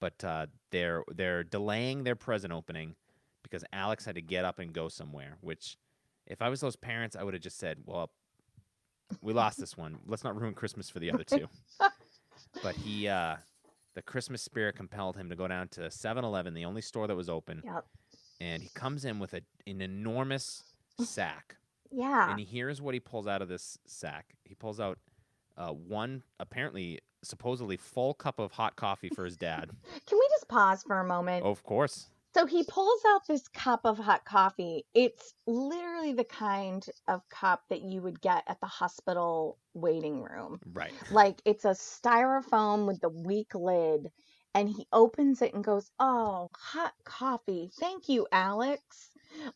[SPEAKER 6] but uh, they're they're delaying their present opening because Alex had to get up and go somewhere. Which, if I was those parents, I would have just said, "Well, we lost this one. Let's not ruin Christmas for the other two. but he, uh, the Christmas spirit compelled him to go down to 7-Eleven, the only store that was open,
[SPEAKER 7] Yep.
[SPEAKER 6] and he comes in with a, an enormous sack
[SPEAKER 7] Yeah.
[SPEAKER 6] and he hears what he pulls out of this sack. He pulls out uh, one apparently supposedly full cup of hot coffee for his dad.
[SPEAKER 7] [LAUGHS] Can we just pause for a moment?
[SPEAKER 6] of course.
[SPEAKER 7] So he pulls out this cup of hot coffee. It's literally the kind of cup that you would get at the hospital waiting room.
[SPEAKER 6] Right.
[SPEAKER 7] Like it's a styrofoam with the weak lid. And he opens it and goes, Oh, hot coffee. Thank you, Alex.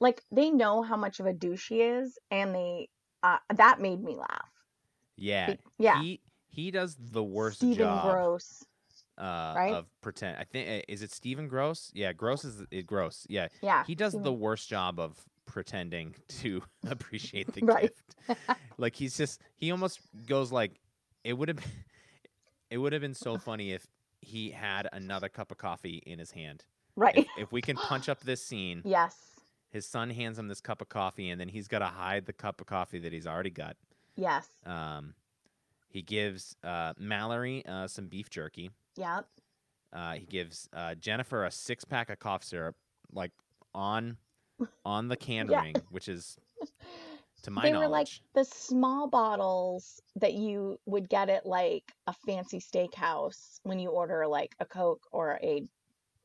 [SPEAKER 7] Like they know how much of a douche he is. And they, uh, that made me laugh.
[SPEAKER 6] Yeah.
[SPEAKER 7] Be- Yeah.
[SPEAKER 6] He he does the worst
[SPEAKER 7] Stephen
[SPEAKER 6] job
[SPEAKER 7] Gross.
[SPEAKER 6] Uh,
[SPEAKER 7] right?
[SPEAKER 6] of pretend. I think uh, is it Stephen Gross? Yeah, Gross is uh, Gross. Yeah.
[SPEAKER 7] Yeah.
[SPEAKER 6] He does
[SPEAKER 7] Stephen-
[SPEAKER 6] the worst job of pretending [LAUGHS] to
[SPEAKER 7] [LAUGHS]
[SPEAKER 6] appreciate the
[SPEAKER 7] Right.
[SPEAKER 6] gift. like he's just he almost goes like it would have [LAUGHS] it would have been
[SPEAKER 7] [LAUGHS]
[SPEAKER 6] so funny if he had another cup of coffee in his hand.
[SPEAKER 7] Right. [LAUGHS]
[SPEAKER 6] if, if we can punch up this scene,
[SPEAKER 7] yes.
[SPEAKER 6] his son hands him this cup of coffee, and then he's got to hide the cup of coffee that he's already got.
[SPEAKER 7] Yes.
[SPEAKER 6] Um, he gives uh, Mallory uh, some beef jerky.
[SPEAKER 7] Yep.
[SPEAKER 6] Uh, he gives uh, Jennifer a six pack of cough syrup, like on on the can
[SPEAKER 7] [LAUGHS] Yeah.
[SPEAKER 6] ring, which is to my
[SPEAKER 7] they were like
[SPEAKER 6] knowledge.
[SPEAKER 7] the small bottles that you would get at like a fancy steakhouse when you order like a Coke or a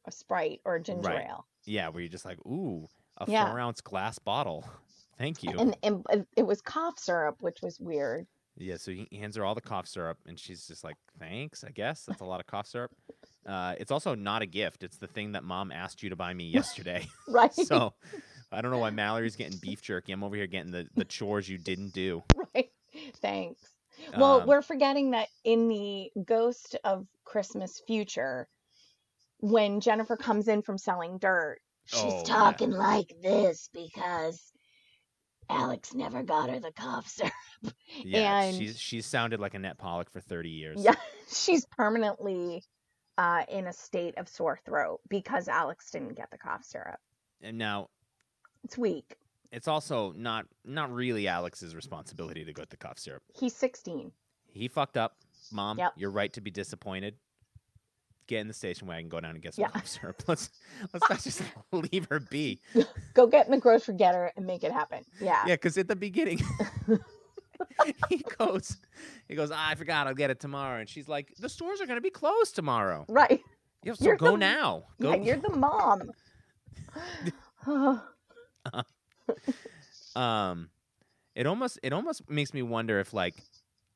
[SPEAKER 7] a Sprite or a ginger
[SPEAKER 6] Right.
[SPEAKER 7] ale.
[SPEAKER 6] yeah, where you're just like, ooh, a
[SPEAKER 7] Yeah.
[SPEAKER 6] four ounce glass bottle. [LAUGHS] Thank you.
[SPEAKER 7] And, and and it was cough syrup, which was weird. [LAUGHS]
[SPEAKER 6] Yeah, so he hands her all the cough syrup, and she's just like, "Thanks, I guess that's a lot of cough syrup." Uh, it's also not a gift; it's the thing that mom asked you to
[SPEAKER 7] [LAUGHS]
[SPEAKER 6] buy me yesterday. [LAUGHS]
[SPEAKER 7] Right.
[SPEAKER 6] so I don't know why Mallory's getting beef jerky. I'm over here getting the the chores you didn't do.
[SPEAKER 7] right. Thanks. Well,
[SPEAKER 6] Um,
[SPEAKER 7] we're forgetting that in the Ghost of Christmas Future, when Jennifer comes in from selling dirt,
[SPEAKER 2] She's
[SPEAKER 6] Oh, yeah.
[SPEAKER 2] talking like this because Alex never got her the cough syrup.
[SPEAKER 6] Yeah,
[SPEAKER 7] and-
[SPEAKER 6] she's she's sounded like Annette Pollock for 30 years.
[SPEAKER 7] Yeah, [LAUGHS] she's permanently uh, in a state of sore throat because Alex didn't get the cough syrup.
[SPEAKER 6] And now
[SPEAKER 7] It's weak.
[SPEAKER 6] it's also not not really Alex's responsibility to get the cough syrup.
[SPEAKER 7] He's 16.
[SPEAKER 6] He fucked up, mom.
[SPEAKER 7] Yep.
[SPEAKER 6] You're right to be disappointed. Get in the station wagon, go down and get some
[SPEAKER 7] Yeah.
[SPEAKER 6] cough
[SPEAKER 7] [LAUGHS]
[SPEAKER 6] syrup. Let's let's not just [LAUGHS] leave her be.
[SPEAKER 7] Go get in the grocery getter and make it happen. Yeah.
[SPEAKER 6] Yeah, because at the
[SPEAKER 7] [LAUGHS]
[SPEAKER 6] beginning [LAUGHS] he goes, he goes, "Ah, I forgot, I'll get it tomorrow. And she's like, the stores are gonna be closed tomorrow.
[SPEAKER 7] Right. [LAUGHS]
[SPEAKER 6] Yeah, so
[SPEAKER 7] You're
[SPEAKER 6] go
[SPEAKER 7] the-
[SPEAKER 6] now. Go.
[SPEAKER 7] Yeah, you're the
[SPEAKER 6] [LAUGHS]
[SPEAKER 7] mom. [SIGHS]
[SPEAKER 6] um, it almost it almost makes me wonder if like,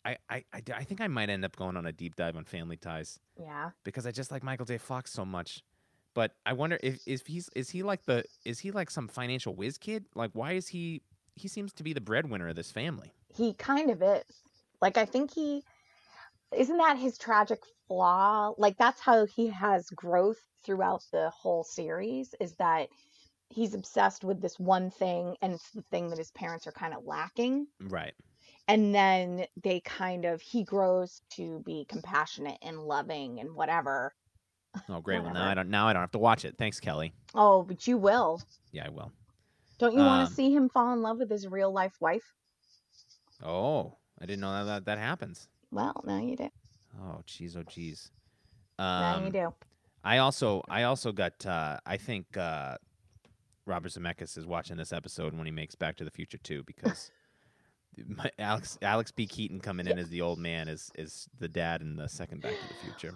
[SPEAKER 6] I, I I d- I think I might end up going on a deep dive on Family Ties
[SPEAKER 7] yeah.
[SPEAKER 6] because I just like Michael J. Fox so much. But I wonder if is he's is he like the is he like some financial whiz kid? Like why is he he seems to be the breadwinner of this family?
[SPEAKER 7] He kind of is. Like, I think he, isn't that his tragic flaw? Like that's how he has growth throughout the whole series is that he's obsessed with this one thing and it's the thing that his parents are kind of lacking
[SPEAKER 6] Right.
[SPEAKER 7] and then they kind of he grows to be compassionate and loving and whatever.
[SPEAKER 6] Oh, great. Well, now I
[SPEAKER 7] Whatever.
[SPEAKER 6] don't. Now I don't have to watch it. Thanks, Kelly.
[SPEAKER 7] Oh, but you will.
[SPEAKER 6] Yeah, I will.
[SPEAKER 7] Don't you want
[SPEAKER 6] Um,
[SPEAKER 7] to see him fall in love with his real life wife?
[SPEAKER 6] Oh, I didn't know that that, that happens.
[SPEAKER 7] Well, now you do.
[SPEAKER 6] Oh, jeez. Oh, jeez.
[SPEAKER 7] Now
[SPEAKER 6] Um,
[SPEAKER 7] you do.
[SPEAKER 6] I also I also got uh, I think uh, Robert Zemeckis is watching this episode when he makes Back to the Future too because [LAUGHS] my, Alex Alex B Keaton coming in as the old man is is the dad in the second Back to the Future.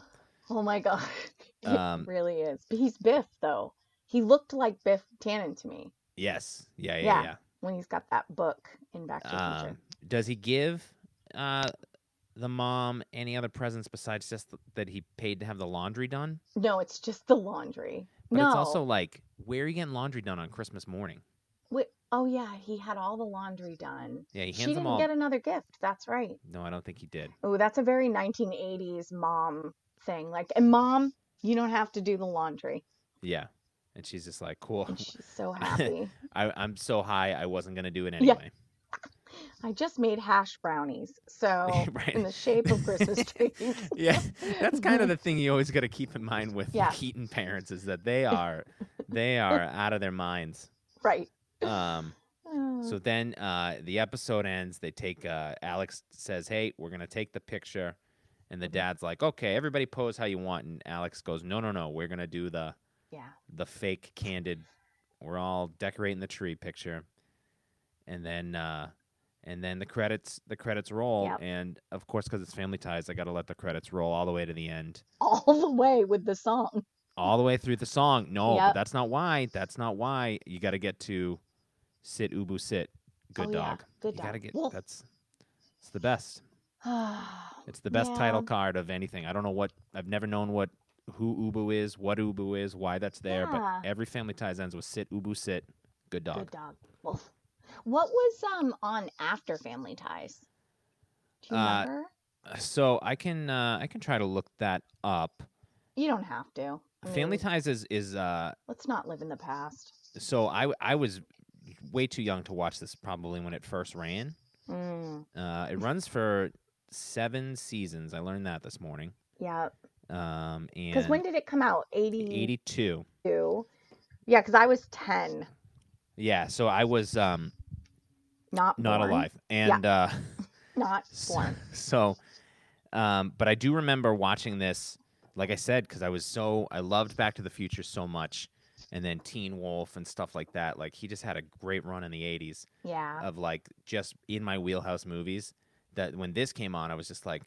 [SPEAKER 7] Oh my god, [LAUGHS] it
[SPEAKER 6] Um,
[SPEAKER 7] really is. But he's Biff though. He looked like Biff Tannen to me
[SPEAKER 6] Yes. Yeah. Yeah. Yeah.
[SPEAKER 7] Yeah. when he's got that book in Back to the Future.
[SPEAKER 6] Um, does he give uh, the mom any other presents besides just th- that he paid to have the laundry done?
[SPEAKER 7] No, it's just the laundry.
[SPEAKER 6] But
[SPEAKER 7] no.
[SPEAKER 6] it's also like, where are you getting laundry done on Christmas morning?
[SPEAKER 7] Wait, oh yeah, he had all the laundry done.
[SPEAKER 6] Yeah, he
[SPEAKER 7] She
[SPEAKER 6] hands them
[SPEAKER 7] didn't
[SPEAKER 6] all.
[SPEAKER 7] get another gift. That's right.
[SPEAKER 6] No, I don't think he did.
[SPEAKER 7] Oh, that's a very 1980s mom thing. Like, and mom, you don't have to do
[SPEAKER 6] [LAUGHS]
[SPEAKER 7] the laundry.
[SPEAKER 6] Yeah. And she's just like, cool. [LAUGHS]
[SPEAKER 7] And she's so happy.
[SPEAKER 6] I, I'm so high, I wasn't gonna do it
[SPEAKER 7] Yeah.
[SPEAKER 6] anyway.
[SPEAKER 7] I just made hash brownies. So,
[SPEAKER 6] [LAUGHS] Right.
[SPEAKER 7] in the shape of Christmas
[SPEAKER 6] [LAUGHS]
[SPEAKER 7] trees.
[SPEAKER 6] Yeah, that's kind of the thing you always got to keep in mind with
[SPEAKER 7] Yeah.
[SPEAKER 6] Keaton parents is that they are, they
[SPEAKER 7] [LAUGHS]
[SPEAKER 6] are out of their minds.
[SPEAKER 7] right.
[SPEAKER 6] Um, so
[SPEAKER 7] Uh,
[SPEAKER 6] then uh, the episode ends. They take uh, Alex says, "Hey, we're gonna take the picture," and the
[SPEAKER 7] Mhm.
[SPEAKER 6] dad's like, "Okay, everybody pose how you want," and Alex goes, "No, no, no, we're gonna do the
[SPEAKER 7] yeah.
[SPEAKER 6] the fake candid. We're all decorating the tree picture, and then uh, and then the credits the credits roll,
[SPEAKER 7] Yep.
[SPEAKER 6] and of course because it's Family Ties, I got to let the credits roll all the way to the end,
[SPEAKER 7] All the way with
[SPEAKER 6] [SIGHS]
[SPEAKER 7] the song. [SIGHS]
[SPEAKER 6] all the way through the song. No, but
[SPEAKER 7] Mm. Yep.
[SPEAKER 6] that's not why. That's not why. You got to get to sit ubu sit, good
[SPEAKER 7] Oh, yeah.
[SPEAKER 6] dog.
[SPEAKER 7] Good
[SPEAKER 6] you got to
[SPEAKER 7] dog.
[SPEAKER 6] get
[SPEAKER 7] Wolf.
[SPEAKER 6] that's it's the best. It's the best title card of anything. I don't know what I've never known what who Ubu is, what Ubu is, why that's there,
[SPEAKER 7] Yeah.
[SPEAKER 6] but every Family Ties ends with sit Ubu sit. Good dog.
[SPEAKER 7] Good dog. Wolf. What was um on after Family Ties? Do you
[SPEAKER 6] Uh,
[SPEAKER 7] remember?
[SPEAKER 6] So I can uh, I can try to look that up.
[SPEAKER 7] You don't have to. I
[SPEAKER 6] Family
[SPEAKER 7] mean,
[SPEAKER 6] Ties is is uh,
[SPEAKER 7] Let's not live in the past.
[SPEAKER 6] so I w- I was way too young to watch this probably when it first ran.
[SPEAKER 7] Mm,
[SPEAKER 6] Uh, it runs for seven seasons. I learned that this morning.
[SPEAKER 7] yeah.
[SPEAKER 6] Um, and
[SPEAKER 7] Because when did it come out? 80.
[SPEAKER 6] eighty two?
[SPEAKER 7] do. Yeah, because I was 10,
[SPEAKER 6] Yeah, so I was um
[SPEAKER 7] not
[SPEAKER 6] not
[SPEAKER 7] born,
[SPEAKER 6] alive and. Uh, [LAUGHS]
[SPEAKER 7] Not
[SPEAKER 6] S-
[SPEAKER 7] born.
[SPEAKER 6] [LAUGHS] So, um, but I do remember watching this, like I said, because I was so I loved Back to the Future so much, and then Teen Wolf and stuff like that. Like he just had a great run in the '80s
[SPEAKER 7] Yeah.
[SPEAKER 6] of like just in my wheelhouse movies. That when this came on, I was just like,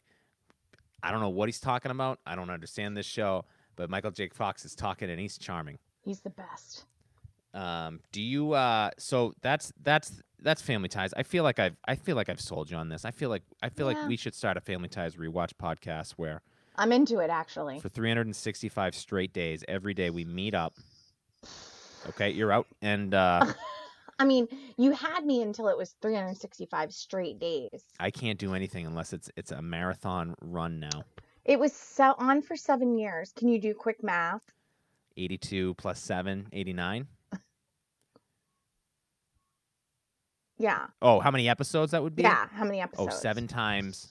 [SPEAKER 6] I don't know what he's talking about. I don't understand this show, but Michael Jake Fox is talking and he's charming.
[SPEAKER 7] He's the best.
[SPEAKER 6] Um, do you? Uh, so that's that's that's Family Ties. I feel like I've I feel like I've sold you on this. I feel like I feel
[SPEAKER 7] Yeah.
[SPEAKER 6] like we should start a Family Ties rewatch podcast where
[SPEAKER 7] I'm into it, actually.
[SPEAKER 6] for 365 straight days, every day we meet up. Okay, you're out, and
[SPEAKER 7] [LAUGHS]
[SPEAKER 6] uh,
[SPEAKER 7] I mean, you had me until it was 365 straight days.
[SPEAKER 6] I can't do anything unless it's it's a marathon run now.
[SPEAKER 7] It was so on for seven years. Can you do quick math?
[SPEAKER 6] 82 plus 7, 89.
[SPEAKER 7] Yeah.
[SPEAKER 6] Oh, how many episodes that would be?
[SPEAKER 7] Yeah. How many
[SPEAKER 6] Oh,
[SPEAKER 7] episodes?
[SPEAKER 6] seven times.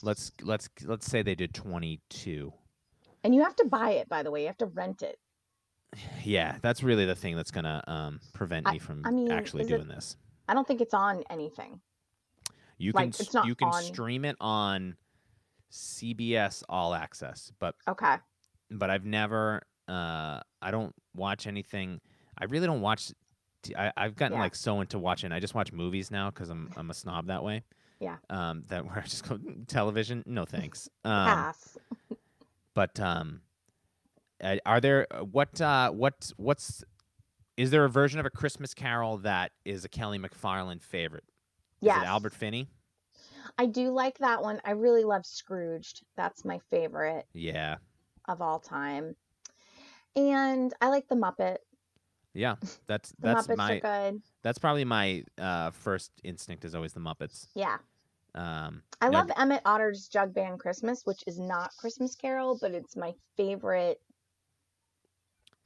[SPEAKER 6] Let's let's let's say they did 22.
[SPEAKER 7] And you have to buy it, by the way. You have to rent it.
[SPEAKER 6] Yeah, that's really the thing that's gonna um, prevent me from
[SPEAKER 7] I mean,
[SPEAKER 6] actually
[SPEAKER 7] is it-
[SPEAKER 6] doing this.
[SPEAKER 7] I don't think it's on anything.
[SPEAKER 6] You
[SPEAKER 7] like,
[SPEAKER 6] can
[SPEAKER 7] it's
[SPEAKER 6] s-
[SPEAKER 7] not
[SPEAKER 6] you can
[SPEAKER 7] on-
[SPEAKER 6] stream it on CBS All Access, but
[SPEAKER 7] Okay.
[SPEAKER 6] but I've never uh, I don't watch anything. I really don't watch. t- I, have gotten
[SPEAKER 7] Yeah.
[SPEAKER 6] like so into watching. I just watch movies now because I'm I'm a snob that way.
[SPEAKER 7] Yeah.
[SPEAKER 6] Um, that where I just go television. No
[SPEAKER 7] [LAUGHS]
[SPEAKER 6] thanks. Um,
[SPEAKER 7] Pass.
[SPEAKER 6] But um, uh, are there uh, what uh, what what's is there a version of a Christmas Carol that is a Kelly McFarland favorite?
[SPEAKER 7] Yes.
[SPEAKER 6] Is it Albert Finney?
[SPEAKER 7] I do like that one. I really love Scrooged. That's my favorite.
[SPEAKER 6] Yeah,
[SPEAKER 7] of all time. And I like the Muppet.
[SPEAKER 6] yeah. That's
[SPEAKER 7] [LAUGHS] The
[SPEAKER 6] that's
[SPEAKER 7] Muppets
[SPEAKER 6] my
[SPEAKER 7] are good.
[SPEAKER 6] that's probably my uh, first instinct is always the Muppets.
[SPEAKER 7] Yeah.
[SPEAKER 6] Um,
[SPEAKER 7] I
[SPEAKER 6] now-
[SPEAKER 7] love Emmett Otter's Jug Band Christmas, which is not Christmas Carol, but it's my favorite.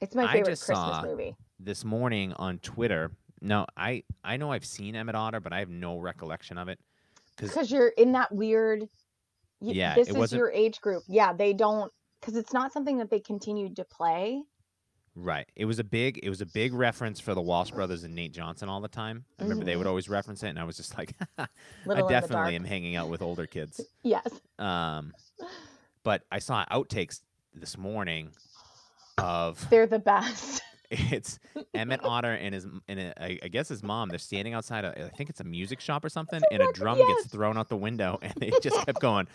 [SPEAKER 7] It's my
[SPEAKER 6] I
[SPEAKER 7] favorite
[SPEAKER 6] just
[SPEAKER 7] Christmas
[SPEAKER 6] saw-
[SPEAKER 7] movie.
[SPEAKER 6] this morning on Twitter. Now, I I know I've seen Emmett Otter, but I have no recollection of it. 'Cause-
[SPEAKER 7] because you're in that weird y-
[SPEAKER 6] Yeah,
[SPEAKER 7] this
[SPEAKER 6] it
[SPEAKER 7] is
[SPEAKER 6] wasn't-
[SPEAKER 7] your age group yeah they don't because it's not something that they continued to play
[SPEAKER 6] Right. It was a big it was a big reference for the Walsh brothers and Nate Johnson all the time. I remember they would
[SPEAKER 7] Mm.
[SPEAKER 6] always reference it, and I was just like, [LAUGHS] I
[SPEAKER 7] little in the dark
[SPEAKER 6] definitely am hanging out with older
[SPEAKER 7] [LAUGHS]
[SPEAKER 6] kids.
[SPEAKER 7] yes
[SPEAKER 6] Um, but I saw outtakes this morning of
[SPEAKER 7] they're the best
[SPEAKER 6] [LAUGHS]
[SPEAKER 7] [LAUGHS]
[SPEAKER 6] it's Emmett Otter and his m- and uh, I I guess his mom. They're standing outside. A, I think it's a music shop or something, and a
[SPEAKER 7] rock-
[SPEAKER 6] drum
[SPEAKER 7] yes.
[SPEAKER 6] gets thrown out the window, and they just kept going.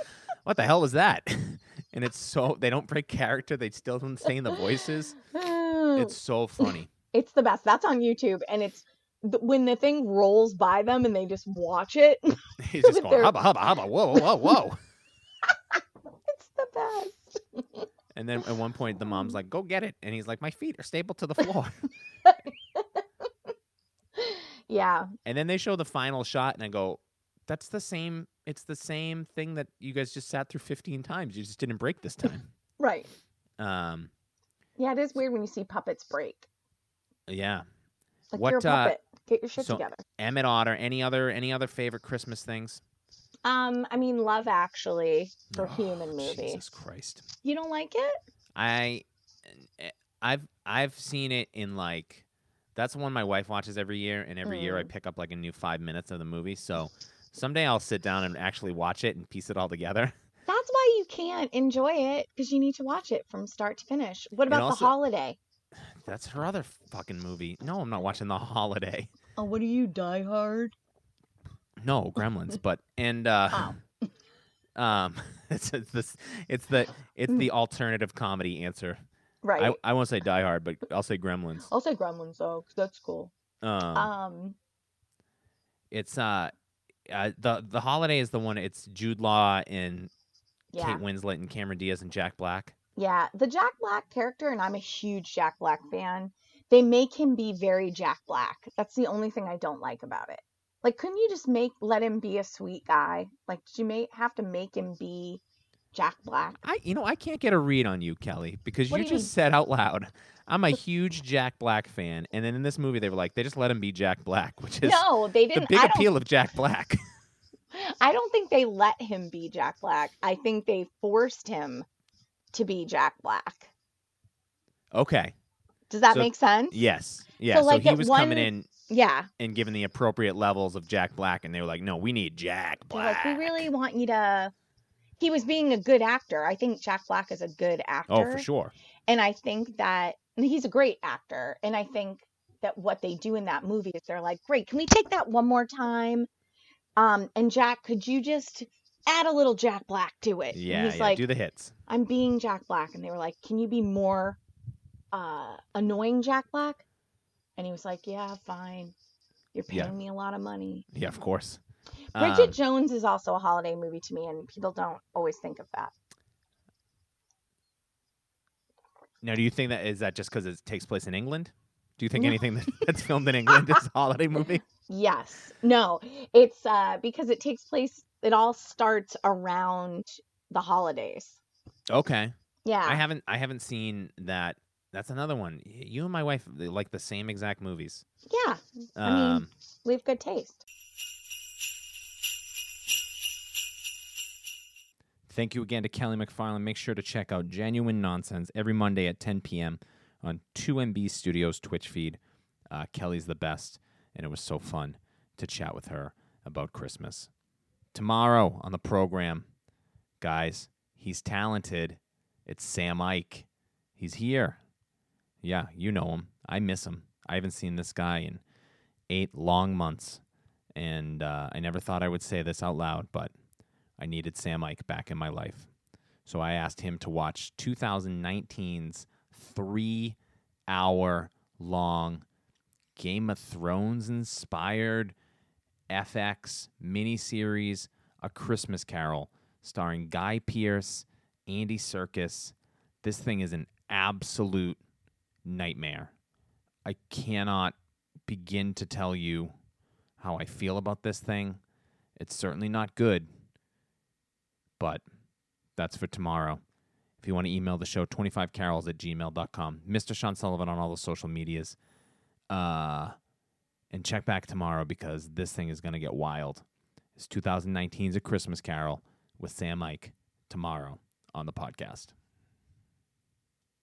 [SPEAKER 6] What the hell was that? [LAUGHS] and it's so they don't break character. They still don't stay in the voices. It's
[SPEAKER 7] [LAUGHS] it's
[SPEAKER 6] so funny. [LAUGHS]
[SPEAKER 7] it's the best that's on youtube and it's th- when the thing rolls by them and they just watch it [LAUGHS]
[SPEAKER 6] He's just
[SPEAKER 7] With
[SPEAKER 6] going
[SPEAKER 7] their-
[SPEAKER 6] hubba hubba hubba whoa whoa whoa
[SPEAKER 7] [LAUGHS]
[SPEAKER 6] whoa.
[SPEAKER 7] it's the best
[SPEAKER 6] And then at one point the mom's like, "Go get it," and he's like, "My feet are stapled to the floor."
[SPEAKER 7] yeah
[SPEAKER 6] and then they show the final shot, and I go, "That's the same. It's the same thing that you guys just sat through 15 times. You just didn't break this time."
[SPEAKER 7] right
[SPEAKER 6] um,
[SPEAKER 7] yeah it is weird when you see puppets break
[SPEAKER 6] yeah.
[SPEAKER 7] like
[SPEAKER 6] What,
[SPEAKER 7] you're a
[SPEAKER 6] uh,
[SPEAKER 7] puppet get your shit
[SPEAKER 6] so-
[SPEAKER 7] together
[SPEAKER 6] Emmett Otter. Any other any other favorite Christmas things?
[SPEAKER 7] um i mean love actually for
[SPEAKER 6] Oh,
[SPEAKER 7] human movie
[SPEAKER 6] Jesus Christ.
[SPEAKER 7] you don't like it
[SPEAKER 6] I eh, I've I've seen it in like that's the one my wife watches every year and every year I
[SPEAKER 7] Mm.
[SPEAKER 6] pick up like a new 5 minutes of the movie. So someday I'll sit down and actually watch it and piece it all together. [LAUGHS]
[SPEAKER 7] That's why you can't enjoy it because you need to watch it from start to finish. What about
[SPEAKER 6] also-
[SPEAKER 7] the holiday?
[SPEAKER 6] That's her other fucking movie. No, I'm not watching The Holiday.
[SPEAKER 7] Oh, what are you, Die Hard?
[SPEAKER 6] No,
[SPEAKER 7] [LAUGHS]
[SPEAKER 6] Gremlins, but and uh
[SPEAKER 7] Oh.
[SPEAKER 6] [LAUGHS] um it's it's this it's the it's
[SPEAKER 7] [LAUGHS]
[SPEAKER 6] the alternative comedy answer.
[SPEAKER 7] Right. Oh,
[SPEAKER 6] I, I won't say Die Hard, but I'll say Gremlins.
[SPEAKER 7] I'll say Gremlins though, 'cause that's cool.
[SPEAKER 6] Um,
[SPEAKER 7] Um,
[SPEAKER 6] it's uh, uh the the holiday is the one. It's Jude Law and
[SPEAKER 7] yeah,
[SPEAKER 6] Kate Winslet and Cameron Diaz and Jack Black.
[SPEAKER 7] yeah. The Jack Black character, and I'm a huge Jack Black fan. They make him be very Jack Black. That's the only thing I don't like about it. Like, couldn't you just make let him be a sweet guy? Like, did you may have to make him be Jack Black?
[SPEAKER 6] I you know I can't get a read on you, Kelly, because
[SPEAKER 7] What
[SPEAKER 6] you
[SPEAKER 7] do
[SPEAKER 6] just
[SPEAKER 7] you mean?
[SPEAKER 6] said out loud,
[SPEAKER 7] [LAUGHS]
[SPEAKER 6] "I'm a huge Jack Black fan," and then in this movie they were like, they just let him be Jack Black, which is
[SPEAKER 7] No, they
[SPEAKER 6] the
[SPEAKER 7] didn't.
[SPEAKER 6] big
[SPEAKER 7] I don't
[SPEAKER 6] appeal of Jack Black. [LAUGHS]
[SPEAKER 7] I don't think they let him be Jack Black. I think they forced him to be Jack Black.
[SPEAKER 6] okay,
[SPEAKER 7] Does that
[SPEAKER 6] So-
[SPEAKER 7] make sense?
[SPEAKER 6] yes, yeah. So,
[SPEAKER 7] like,
[SPEAKER 6] he
[SPEAKER 7] at
[SPEAKER 6] was
[SPEAKER 7] one
[SPEAKER 6] coming in
[SPEAKER 7] Yeah.
[SPEAKER 6] and giving the appropriate levels of Jack Black, and they were like, "No, we need Jack
[SPEAKER 7] They're like,
[SPEAKER 6] Black."
[SPEAKER 7] we really want you to. He was being a good actor. I think Jack Black is a good actor.
[SPEAKER 6] Oh, for sure.
[SPEAKER 7] And I think that and he's a great actor. And I think that what they do in that movie is they're like, great, can we take that one more time? Um, and Jack, could you just add a little Jack Black to it? And
[SPEAKER 6] Yeah,
[SPEAKER 7] he's
[SPEAKER 6] yeah.
[SPEAKER 7] like,
[SPEAKER 6] do the hits.
[SPEAKER 7] I'm being Jack Black. And they were like, Can you be more uh, annoying Jack Black? And he was like, Yeah, fine. You're paying
[SPEAKER 6] Yeah.
[SPEAKER 7] me a lot of money.
[SPEAKER 6] Yeah, of course.
[SPEAKER 7] Bridget
[SPEAKER 6] Um,
[SPEAKER 7] Jones is also a holiday movie to me, and people don't always think of that.
[SPEAKER 6] now, do you think that is that just because it takes place in England? Do you think
[SPEAKER 7] No.
[SPEAKER 6] anything
[SPEAKER 7] [LAUGHS]
[SPEAKER 6] that, that's filmed in England is a holiday movie?
[SPEAKER 7] Yes. No, it's uh, because it takes place, it all starts around the holidays.
[SPEAKER 6] Okay,
[SPEAKER 7] Yeah.
[SPEAKER 6] I haven't I haven't seen that. That's another one. Y- You and my wife they like the same exact movies.
[SPEAKER 7] yeah.
[SPEAKER 6] Um,
[SPEAKER 7] I mean- We have good taste.
[SPEAKER 6] Thank you again to Kelly McFarland. Make sure to check out Genuine Nonsense every Monday at 10 p.m. on 2MB Studios Twitch feed. Uh, Kelly's the best, and it was so fun to chat with her about Christmas. Tomorrow on the program, guys, he's talented. It's Sam Ike. He's here. Yeah, you know him. I miss him. I haven't seen this guy in eight long months, and uh, I never thought I would say this out loud, but I needed Sam Ike back in my life. So I asked him to watch 2019's three hour long Game of Thrones inspired FX miniseries, A Christmas Carol, starring Guy Pearce, Andy Serkis. This thing is an absolute nightmare. I cannot begin to tell you how I feel about this thing It's certainly not good, but that's for tomorrow. If you want to email the show, 25carols at gmail.com. Mr. Sean Sullivan on all the social medias. Uh, and check back tomorrow because this thing is going to get wild. It's 2019's A Christmas Carol with Sam Ike tomorrow on the podcast.